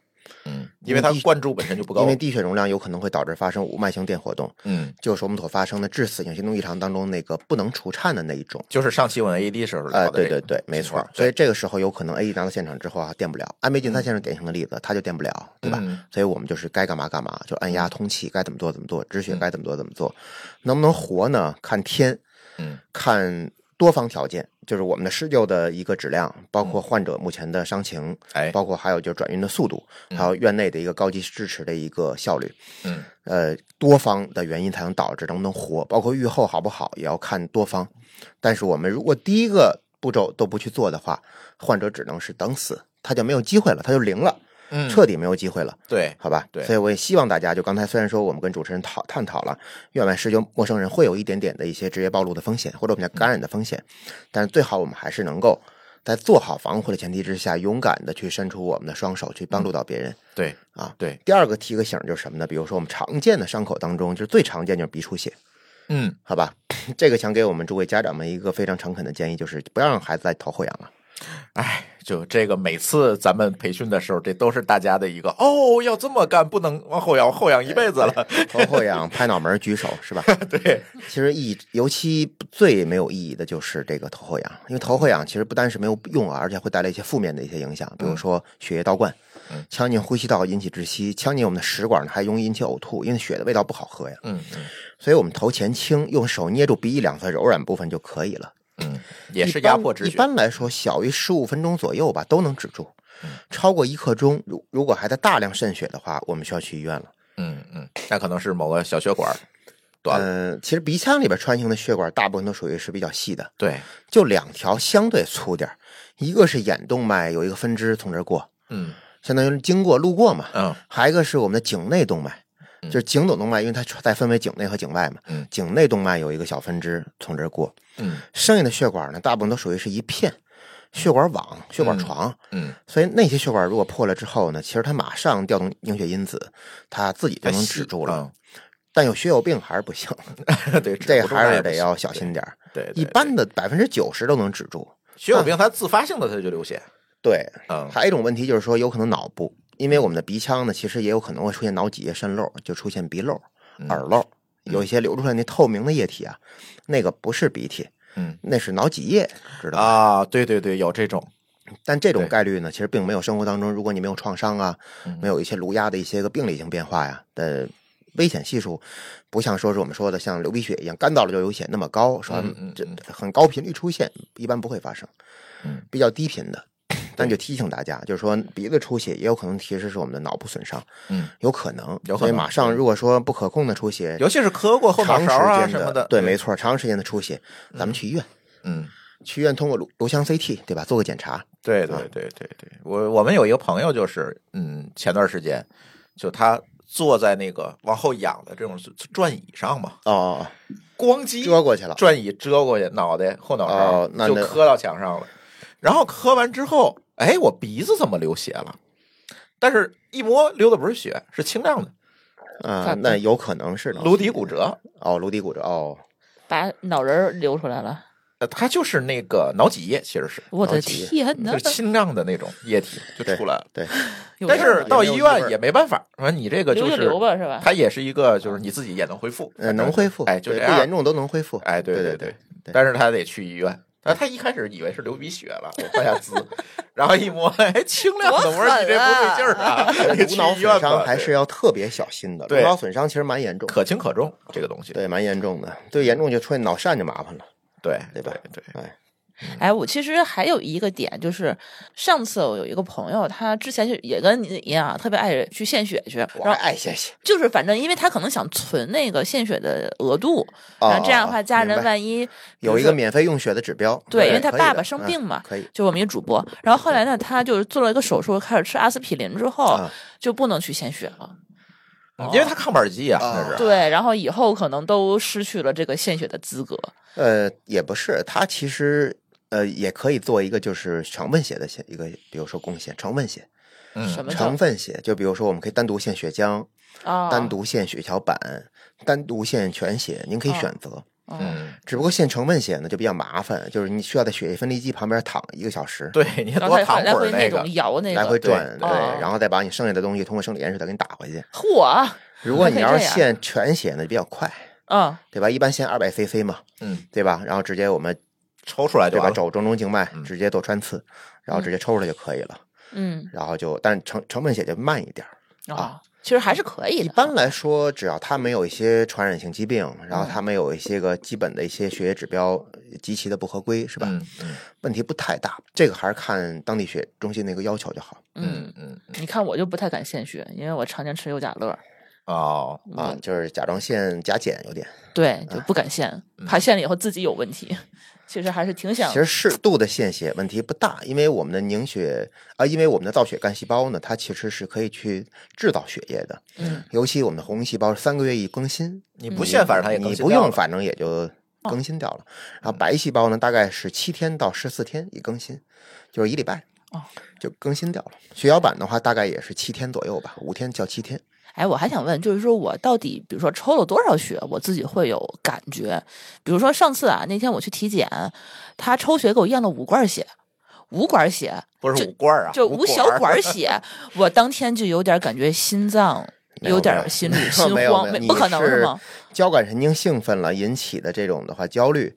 B: 嗯，因为它灌注本身就不
C: 因
B: 高
C: 为，低血容量有可能会导致发生无脉性电活动，
B: 嗯，
C: 就是我们所发生的致死性心动异常当中那个不能除颤的那一种。
B: 就是上期我们 AD 时候
C: 哎、
B: 聊的
C: 对
B: 这个
C: 对对，没
B: 情
C: 错
B: 况
C: 儿。所以这个时候有可能 AD 拿到现场之后啊，电不了。安倍晋三先生典型的例子，他就电不了，对吧？
B: 嗯
C: 所以我们就是该干嘛干嘛，就按压通气，该怎么做怎么做，止血该怎么做怎么做，能不能活呢？看天，
B: 嗯，
C: 看多方条件，就是我们的施救的一个质量，包括患者目前的伤情，
B: 嗯哎，
C: 包括还有就是转运的速度，还有院内的一个高级支持的一个效率，
B: 嗯，
C: 呃，多方的原因才能导致能不能活，包括预后好不好也要看多方。但是我们如果第一个步骤都不去做的话，患者只能是等死，他就没有机会了，他就零了，
B: 嗯，
C: 彻底没有机会了。
B: 对，
C: 好吧，
B: 对
C: 所以我也希望大家，就刚才虽然说我们跟主持人讨探讨了，院外施救陌生人会有一点点的一些职业暴露的风险，或者我们叫感染的风险，但是最好我们还是能够在做好防护的前提之下，勇敢的去伸出我们的双手去帮助到别人。
B: 对
C: 啊
B: 对，
C: 第二个提个醒就是什么呢？比如说我们常见的伤口当中，就是最常见就是鼻出血，
B: 嗯，
C: 好吧？这个想给我们诸位家长们一个非常诚恳的建议，就是不要让孩子再头后仰了。
B: 哎，就这个每次咱们培训的时候，这都是大家的一个哦，要这么干，不能往后仰，往后仰一辈子了，
C: 头后仰、拍脑门、举手，是吧？
B: *laughs* 对，
C: 其实意义，尤其最没有意义的就是这个头后仰，因为头后仰其实不单是没有用啊，而且会带来一些负面的一些影响，比如说血液倒灌
B: 嗯，
C: 呛进呼吸道引起窒息，呛进我们的食管呢还容易引起呕吐，因为血的味道不好喝呀。
B: 嗯
C: 所以我们头前倾，用手捏住鼻翼两侧柔软部分就可以了。
B: 嗯，也是
C: 一般
B: 压迫止
C: 一
B: 血，
C: 般来说，小于十五分钟左右吧，都能止住
B: 嗯。
C: 超过一刻钟，如如果还在大量渗血的话，我们需要去医院了。
B: 嗯嗯，那可能是某个小血管断了，
C: 嗯、其实鼻腔里边穿行的血管大部分都属于是比较细的，
B: 对，
C: 就两条相对粗点儿一个是眼动脉有一个分支从这儿过，
B: 嗯
C: 相当于是经过路过嘛，
B: 嗯
C: 还有一个是我们的颈内动脉，
B: 嗯
C: 就是颈总动脉，因为它再分为颈内和颈外嘛，
B: 嗯
C: 颈内动脉有一个小分支从这儿过，
B: 嗯
C: 剩下的血管呢，大部分都属于是一片血管网、血管床，
B: 嗯，
C: 所以那些血管如果破了之后呢，其实它马上调动凝血因子，它自己就能止住了。但有血友病还是不行，
B: 嗯， *laughs* 对，
C: 这
B: 哎啊止不住
C: 还
B: 那
C: 是
B: 也
C: 得
B: 不
C: 要
B: 行
C: 小心点儿。
B: 对，对
C: 一
B: 对
C: 般的嗯百分之九十都能止住。
B: 血友病它自发性的它就流血，
C: 对，
B: 嗯
C: 还有一种问题就是说，有可能脑部，因为我们的鼻腔呢，其实也有可能会出现脑脊液渗漏，就出现鼻漏、
B: 嗯
C: 耳漏，有一些流出来那透明的液体啊，那个不是鼻涕，
B: 嗯
C: 那是脑脊液，知道吧？
B: 啊，对对对，有这种，
C: 但这种
B: 对
C: 概率呢，其实并没有生活当中，如果你没有创伤啊，
B: 嗯
C: 没有一些颅压的一些个病理性变化呀的危险系数，不像说是我们说的像流鼻血一样干到了就流血那么高，说
B: 嗯嗯
C: 这
B: 嗯
C: 很高频率出现，一般不会发生
B: 嗯，
C: 比较低频的。但就提醒大家，就是说鼻子出血也有可能提示是我们的脑部损伤，
B: 嗯，
C: 有可能，
B: 有可能
C: 所以马上如果说不可控的出血，
B: 尤其是磕过后脑
C: 长时
B: 勺啊
C: 间
B: 什么
C: 的，对，
B: 对，
C: 没错，长时间的出血，咱们去医院，
B: 嗯，
C: 去医院通过颅颅腔 CT 对吧，做个检查，
B: 对对
C: 嗯
B: 对对对，我我们有一个朋友就是，嗯，前段时间就他坐在那个往后仰的这种转椅上嘛，
C: 哦哦，
B: 咣
C: 哦
B: 叽
C: 遮过去了。
B: 转椅遮过去，脑袋后脑勺
C: 哦那
B: 就
C: 那
B: 磕到墙上了。然后磕完之后，哎，我鼻子怎么流血了？但是一摸流的不是血，是清亮的，
C: 啊，那有可能是脑
B: 颅底骨折，
C: 哦，颅底骨折哦，
D: 把脑仁儿流出来了，
B: 呃，它就是那个脑脊液，其实是
D: 我的
C: 着急
D: 天哪
B: 就！是清亮的那种液体就出来了。
D: *laughs*
C: 对，
D: 有
B: 但
D: 事儿
B: 是到医院也
C: 也
B: 没办法，说你这个
D: 留
B: 就
D: 就是留吧，是吧？
B: 它也是一个，就是你自己也能恢复，
C: 呃，能恢复，
B: 哎，就
C: 对
B: 这
C: 不严
B: 样，
C: 重都能恢复，
B: 哎，对
C: 对对
B: 对，
C: 对
B: 但是他得去医院。啊，他一开始以为是流鼻血了，我换下滋， *laughs* 然后一摸，哎，清亮的，
D: 多啊
B: 我说你这不对劲儿
D: *laughs*
B: 啊，你
C: 颅
B: 去
C: 脑
B: 医院吧
C: 损伤还是要特别小心的，
B: 对
C: 颅脑损伤其实蛮严重，
B: 可轻可重这个东西，
C: 对，蛮严重的，最严重就出现脑疝就麻烦了，
B: 对
C: 对吧
B: 对，
C: 哎，
D: 哎，我其实还有一个点，就是上次我有一个朋友，他之前就也跟你一样啊，特别爱去献血去，
C: 我还
D: 然后
C: 爱谢谢，
D: 就是反正因为他可能想存那个献血的额度，
C: 哦
D: *laughs* 然后这样的
C: 哦
D: 话家
C: 明
D: 人
C: 白
D: 万一
C: 有一
D: 比如
C: 个
D: 说
C: 免费用血的指标，
D: 对因为他
C: 可以的
D: 爸爸生病嘛
C: 嗯可以，
D: 就我们一主播，然后后来呢，他就是做了一个手术，开始吃阿司匹林之后
C: 啊
D: 就不能去献血了。
B: 嗯因为他抗板肌啊，
C: 哦
B: 那是，
D: 哦对，然后以后可能都失去了这个献血的资格。
C: 呃，也不是，他其实呃也可以做一个就是成分血的血一个，比如说供血成分血，
D: 什
B: 嗯，
D: 么叫
C: 成分血，就比如说我们可以单独献血浆，
D: 啊？
C: 单独献血小板，单独献全血，您可以
D: 哦
C: 选择。
D: 嗯，
B: 嗯，
C: 只不过献成分血呢就比较麻烦，就是你需要在血液分离机旁边躺一个小时，
B: 对你
D: 然后
B: 多
D: 他
B: 躺
D: 来
B: 会
D: 回
B: 儿
D: 那
B: 那
D: 种
B: 个，
D: 摇那个，
C: 来回转，
B: 对
C: 对，
D: 哦
C: 然后再把你剩下的东西通过生理盐水再给你打回
D: *laughs*
C: 去。
D: 嚯，
C: 如果你
D: 还
C: 要是
D: 可以这样
C: 献全血呢，就比较快，
D: 嗯，
C: 对吧？一般献二百 CC 嘛，
B: 嗯，
C: 对吧？然后直接我们
B: 抽出来就
C: 对吧？
B: 完了，
C: 肘中中静脉
B: 嗯
C: 直接做穿刺，然后直接抽出来就可以了。
D: 嗯
C: 然后就，但成成分血就慢一点儿。
D: 啊，其实还是可以
C: 一
D: 的。
C: 般来说，只要他没有一些传染性疾病，然后他没有一些个基本的一些血液指标极其的不合规，是吧？
B: 嗯嗯
C: 问题不太大，这个还是看当地血中心那个要求就好
D: 嗯，
B: 嗯嗯，
D: 你看我就不太敢献血，因为我常年吃优甲乐，
B: 哦，
C: 啊。就是甲状腺甲减有点，
D: 对，就不
C: 嗯
D: 敢献，怕献了以后自己有问题。 *laughs* 其实还是挺想
C: 其实适度的献血问题不大，因为我们的凝血啊，因为我们的造血干细胞呢，它其实是可以去制造血液的。
D: 嗯，
C: 尤其我们的红细胞是三个月一更新，
B: 你不献反正它也更
C: 你
B: 新
C: 不
B: 掉
C: 用，
B: 了
C: 反正也就
D: 哦
C: 更新掉了。然后白细胞呢，大概是七天到十四天一更新，就是一礼拜
D: 哦，
C: 就更新掉了。血小板的话，大概也是七天左右吧，五天叫七天。
D: 哎，我还想问，就是说我到底，比如说抽了多少血，我自己会有感觉？比如说上次啊，那天我去体检，他抽血给我验了五罐血，五管血
B: 不是五罐儿啊，
D: 就
B: 五
D: 五小
B: 管
C: *laughs*
D: 管血，我当天就有点感觉心脏
C: 没有
D: 有点
C: 没
D: 儿
C: 有 *laughs*
D: 心
C: 没
D: 律
C: 有
D: 心
C: 没有
D: 慌，
C: 没有
D: 没不可能
C: 你
D: 是
C: 是
D: 吗？
C: 交感神经兴奋了引起的这种的话焦虑，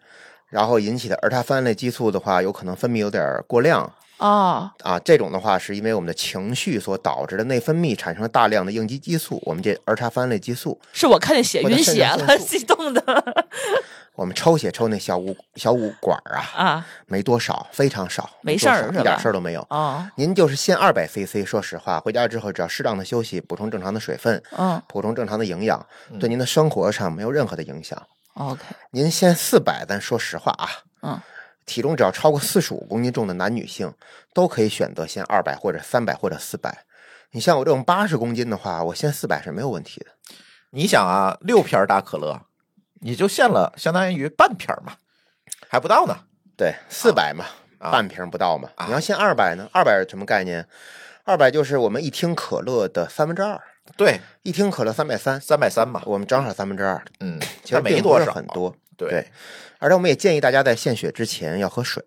C: 然后引起的儿茶酚类激素的话，有可能分泌有点儿过量 *laughs*
D: 啊，
C: 啊。这种的话，是因为我们的情绪所导致的内分泌产生了大量的应激激素，我们这儿茶酚类激素，
D: 是我看见血
C: 我的
D: 晕
C: 肾
D: 血
C: 上
D: 了，
C: 腺素
D: *laughs* 激
C: *laughs*
D: 动的
C: 我们抽血抽那小五小五管儿啊，
D: 啊
C: 没多少，非常少，
D: 没
C: 多
D: 事
C: 少
D: 儿是
C: 一点
D: 吧
C: 事儿都没有。
D: 啊
C: 您就是限二百 CC，说实话，回家之后只要适当的休息，补充正常的水分，
D: 嗯
C: 补充正常的营养，
B: 嗯
C: 对您的生活上没有任何的影响。
D: ，OK，
C: 您限四百，咱说实话啊，
D: 嗯，
C: 体重只要超过四十五公斤重的男女性，都可以选择限二百或者三百或者四百。你像我这种八十公斤的话，我限四百是没有问题的。
B: 你想啊，六瓶儿大可乐，你就献了相当于半瓶儿嘛，还不到呢。
C: 对，四百嘛，
B: 啊
C: 半瓶不到嘛。
B: 啊
C: 你要限二百呢？二百是什么概念？二百就是我们一听可乐的三分之二，
B: 对，
C: 一听可乐三百三，
B: 三百三嘛，
C: 我们正好三分之二，
B: 嗯，
C: 其实
B: 啊没
C: 并
B: 多
C: 不是
B: 少，
C: 很。多。
B: 对，
C: 而且我们也建议大家在献血之前要喝水，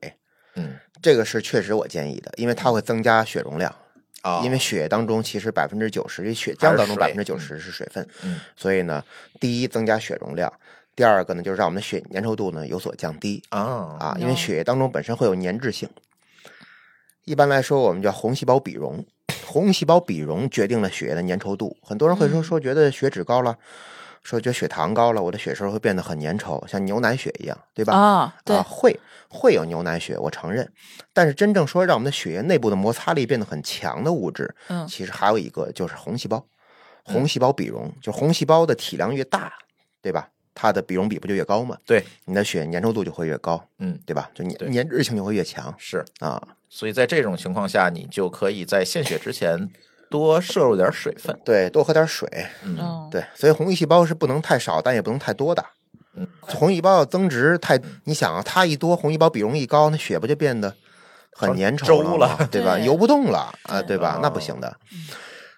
B: 嗯
C: 这个是确实我建议的，因为它会增加血容量。
B: 啊，
C: 因为血液当中其实百分之九十，血
B: 还
C: 浆
B: 是
C: 当中百分之九
B: 水
C: 十是水分，
B: 嗯
C: 所以呢，第一增加血容量，第二个呢就是让我们的血粘稠度呢有所降低
B: 啊，
C: 啊，因为
D: 哦
C: 血液当中本身会有粘滞性。一般来说，我们叫红细胞比容，红细胞比容决定了血液的粘稠度。很多人会说
D: 嗯
C: 说觉得血脂高了，说觉得血糖高了，我的血色会变得很粘稠，像牛奶血一样，对吧？
D: 啊，对
C: 啊，，会会有牛奶血，我承认。但是真正说让我们的血液内部的摩擦力变得很强的物质，
D: 嗯
C: 其实还有一个就是红细胞，红细胞比容，就红细胞的体量越大，对吧？它的比容比不就越高嘛？
B: 对，
C: 你的血粘稠度就会越高，
B: 嗯
C: 对吧？就
B: 对
C: 粘粘滞性就会越强
B: 是，
C: 啊。
B: 所以在这种情况下，你就可以在献血之前多摄入点水分。
C: 对，多喝点水。
B: 嗯
D: 嗯，
C: 对，所以红细胞是不能太少，但也不能太多的
B: 嗯。
C: 红细胞要增值太，你想啊，它一多，红细胞比容一高，那血不就变得很粘
B: 哦粥
C: 稠
B: 了
C: 嘛对吧？
D: 对
C: 游不动了啊，
D: 对
C: 对吧
B: 哦？
C: 那不行的。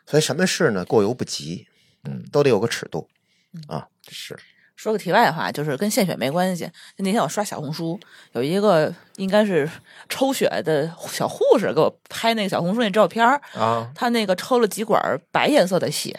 C: 所以什么事呢？过犹不及，
B: 嗯，
C: 都得有个尺度。
B: 是
D: 说个题外话，就是跟献血没关系。那天我刷小红书，有一个应该是抽血的小护士给我拍那个小红书那照片儿，
B: 啊，
D: 他那个抽了几管白颜色的血，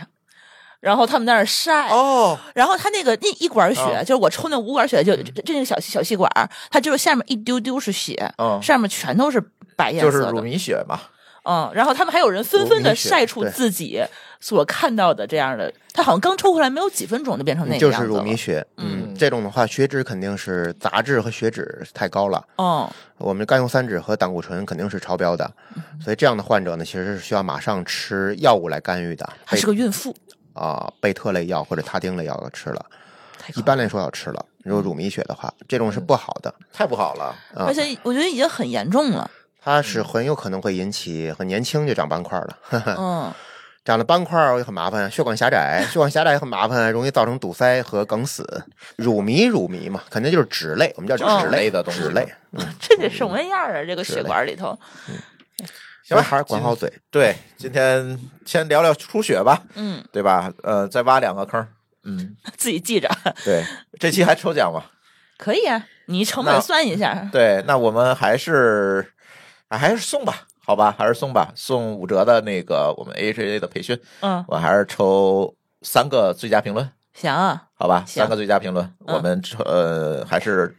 D: 然后他们在那儿晒。
B: 哦，
D: 然后他那个那一管血，
B: 哦
D: 就是我抽那五管血，就就就那个小小细管儿，它就是下面一丢丢是血，
C: 哦
B: 嗯，
D: 上面全都是白颜
B: 就
D: 色
B: 是
D: 的。
B: 乳糜血嘛，
D: 嗯，然后他们还有人纷纷的
C: 乳糜血
D: 晒出
C: 对
D: 自己所看到的这样的，他好像刚抽回来没有几分钟就变成那个
C: 就
D: 样子
C: 是乳
D: 了。
C: 糜血，
B: 嗯
C: 嗯，这种的话，血脂肯定是杂质和血脂太高了。
D: 嗯，
C: 我们甘油三酯和胆固醇肯定是超标的，所以这样的患者呢，其实是需要马上吃药物来干预的。
D: 还是个孕妇，
C: 啊，贝特类药或者他汀类药要吃了，
D: 太可
C: 一
D: 怕
C: 般来说要吃了。如果乳糜血的话，这种是不好的，啊
B: 太不好了，
D: 了，嗯而
B: 啊
D: 且我觉得已经很严
B: *laughs*
D: 重了。
C: 它是很有可能会引起很年轻就长斑块了，
D: 嗯，
C: 长了斑块儿也很麻烦，血管狭窄，血管狭窄也很麻烦，容易造成堵塞和梗死。乳糜乳糜嘛，肯定就是脂类，我们叫
D: 哦
C: 脂
B: 脂类
C: 类
B: 的东西
C: 脂类。
D: 这得什么样啊？这个血管里头，
B: 行吧
C: 还是管好嘴。
B: 对，今天先聊聊出血吧，
D: 嗯，
B: 对吧？呃，再挖两个坑儿，嗯，
D: 自己记着， *laughs*
B: 对，这期还抽奖吗？
D: 可以啊。你成
B: 那
D: 本算一下，
B: 对，那我们还是啊还是送吧，好吧，还是送吧，送五折的那个我们 A H A 的培训，
D: 嗯，
B: 我还是抽三个最佳评论，
D: 行啊，
B: 好吧，
D: 行
B: 三个最佳评论，
D: 嗯
B: 我们抽呃还是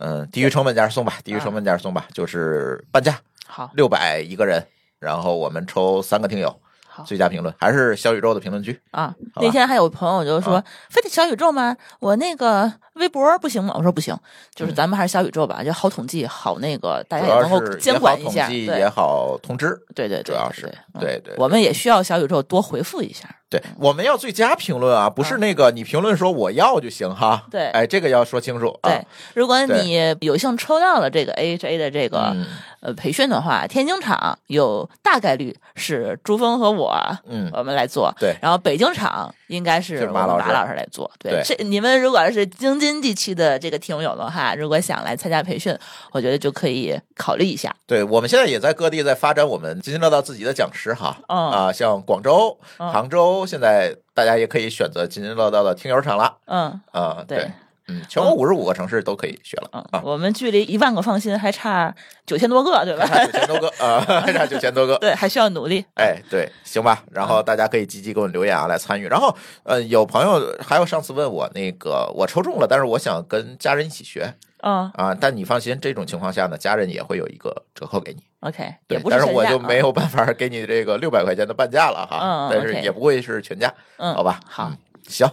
B: 嗯、呃低于成本价送吧，
D: 嗯
B: 低于成本价送吧，就是半价
D: 好，
B: 六百一个人，然后我们抽三个听友
D: 好
B: 最佳评论，还是小宇宙的评论区，
D: 啊。
B: 好吧
D: 那天还有朋友就说
B: 啊，
D: 非得小宇宙吗？我那个微博不行吗？我说不行，就是咱们还是小宇宙吧，就好统计，好那个大家
B: 嗯主
D: 也
B: 要
D: 哎能够
B: 是也
D: 监
B: 好
D: 管一
B: 统
D: 下，
B: 计也
D: 对
B: 好通知，
D: 对对，
B: 主
D: 对
B: 要
D: 对
B: 是
D: 嗯
B: 对对
D: 我们也需要小宇宙多回复一下。
B: 对，我们要最佳评论啊，不是那个你评论说我要就行哈。
D: 嗯对
B: 哎，这个要说清楚啊。
D: 对，如果
B: 对
D: 你有幸抽到了这个 AHA 的这个
B: 嗯
D: 呃培训的话，天津场有大概率是朱峰和我。
B: 嗯，
D: 我们来做，
B: 对
D: 然后北京场应该是
B: 是
D: 我
B: 马
D: 们
B: 老
D: 马
B: 师
D: 老师来做，
B: 对
D: 这你们如果是京津地区的这个听友的话，如果想来参加培训，我觉得就可以考虑一下。
B: 对，我们现在也在各地在发展我们津津乐道自己的讲师哈。
D: 嗯
B: 啊，像广州、
D: 嗯
B: 杭州，现在大家也可以选择津津乐道的听友场了
D: 嗯，
B: 啊。
D: 对，
B: 嗯，全国五十五个城市都可以
D: *laughs*
B: 学了
D: 嗯，
B: 啊。
D: 我们距离一万个放心还差九千多个，对吧 *laughs*
B: 还？差九千多个啊，还差九千多个。
D: 对，还需要努力。
B: 哎，对，行吧，然
D: 嗯
B: 后大家可以积极给我们留言啊，来参与。然后，呃，有朋友还有上次问我那个我抽中了，但是我想跟家人一起学，
D: 嗯
B: 啊，但你放心，这种情况下呢，家人也会有一个折扣给你。
D: ，OK，也
B: 对，
D: 不
B: 但
D: 是
B: 是
D: 全
B: 我
D: 价
B: 就
D: 啊
B: 没有办法给你这个六百块钱的半价了哈，
D: 嗯嗯
B: 但是
D: OK
B: 也不会是全价，
D: 嗯，
B: 好吧？
D: 好
B: 嗯，行，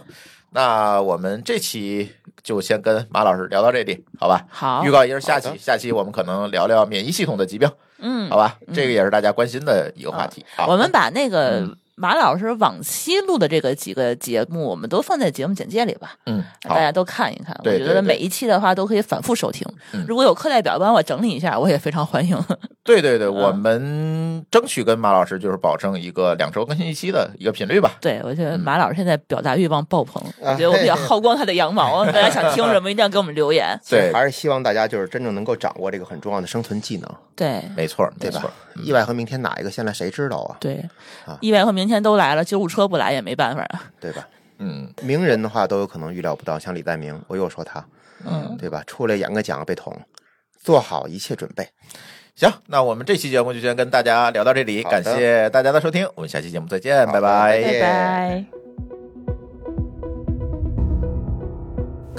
B: 那我们这期就先跟马老师聊到这里，好吧？
D: 好
B: 预，告一下下
C: 好
B: 期，
C: 的
B: 下期我们可能聊聊免疫系统的疾病，
D: 嗯，
B: 好吧？这个也是大家关心的一个话
D: 嗯
B: 题啊。
D: 我们把那个
B: 嗯
D: 马老师往期录的这个几个节目，我们都放在节目简介里吧，
B: 嗯，好
D: 大，家都看一看。我
B: 对
D: 觉
B: 对
D: 得
B: 对
D: 每一期的话都可以反复收听
B: 嗯。
D: 如果有课代表帮我整理一下，我也非常
B: *laughs*
D: 欢迎。
B: 对对对，
C: 嗯
B: 我们争取跟马老师就是保证一个两周更新一期的一个频率吧。
D: 对，我觉
B: 嗯
D: 得马老师现在表达欲望爆棚，
C: 啊
D: 我觉得我们
C: 嘿
D: 要
C: 嘿
D: 薅光他的
B: *laughs*
D: 羊毛。大家想听什么，一定要给我们留言。
B: 对，
C: 还是希望大家就是真正能够掌握这个很重要的生存技能，
D: 对
B: 没错儿，没
C: 对
B: 错
C: 吧
B: 儿。？
C: 意外和明天哪一个先来，谁知道啊？
D: 对
C: 啊，
D: 意外和明天都来了，救护车不来也没办法啊。
C: 对吧？
B: 嗯，
C: 名人的话都有可能预料不到，像李在明，我又说他，
D: 嗯，
C: 对吧？出来演个奖被捅，做好一切准备。
B: 行，那我们这期节目就先跟大家聊到这里，
C: 好
B: 感
C: 的
B: 谢大家的收听，我们下期节目再见，
C: 好
B: 拜
C: 的
B: 拜
C: 再见
D: 拜拜。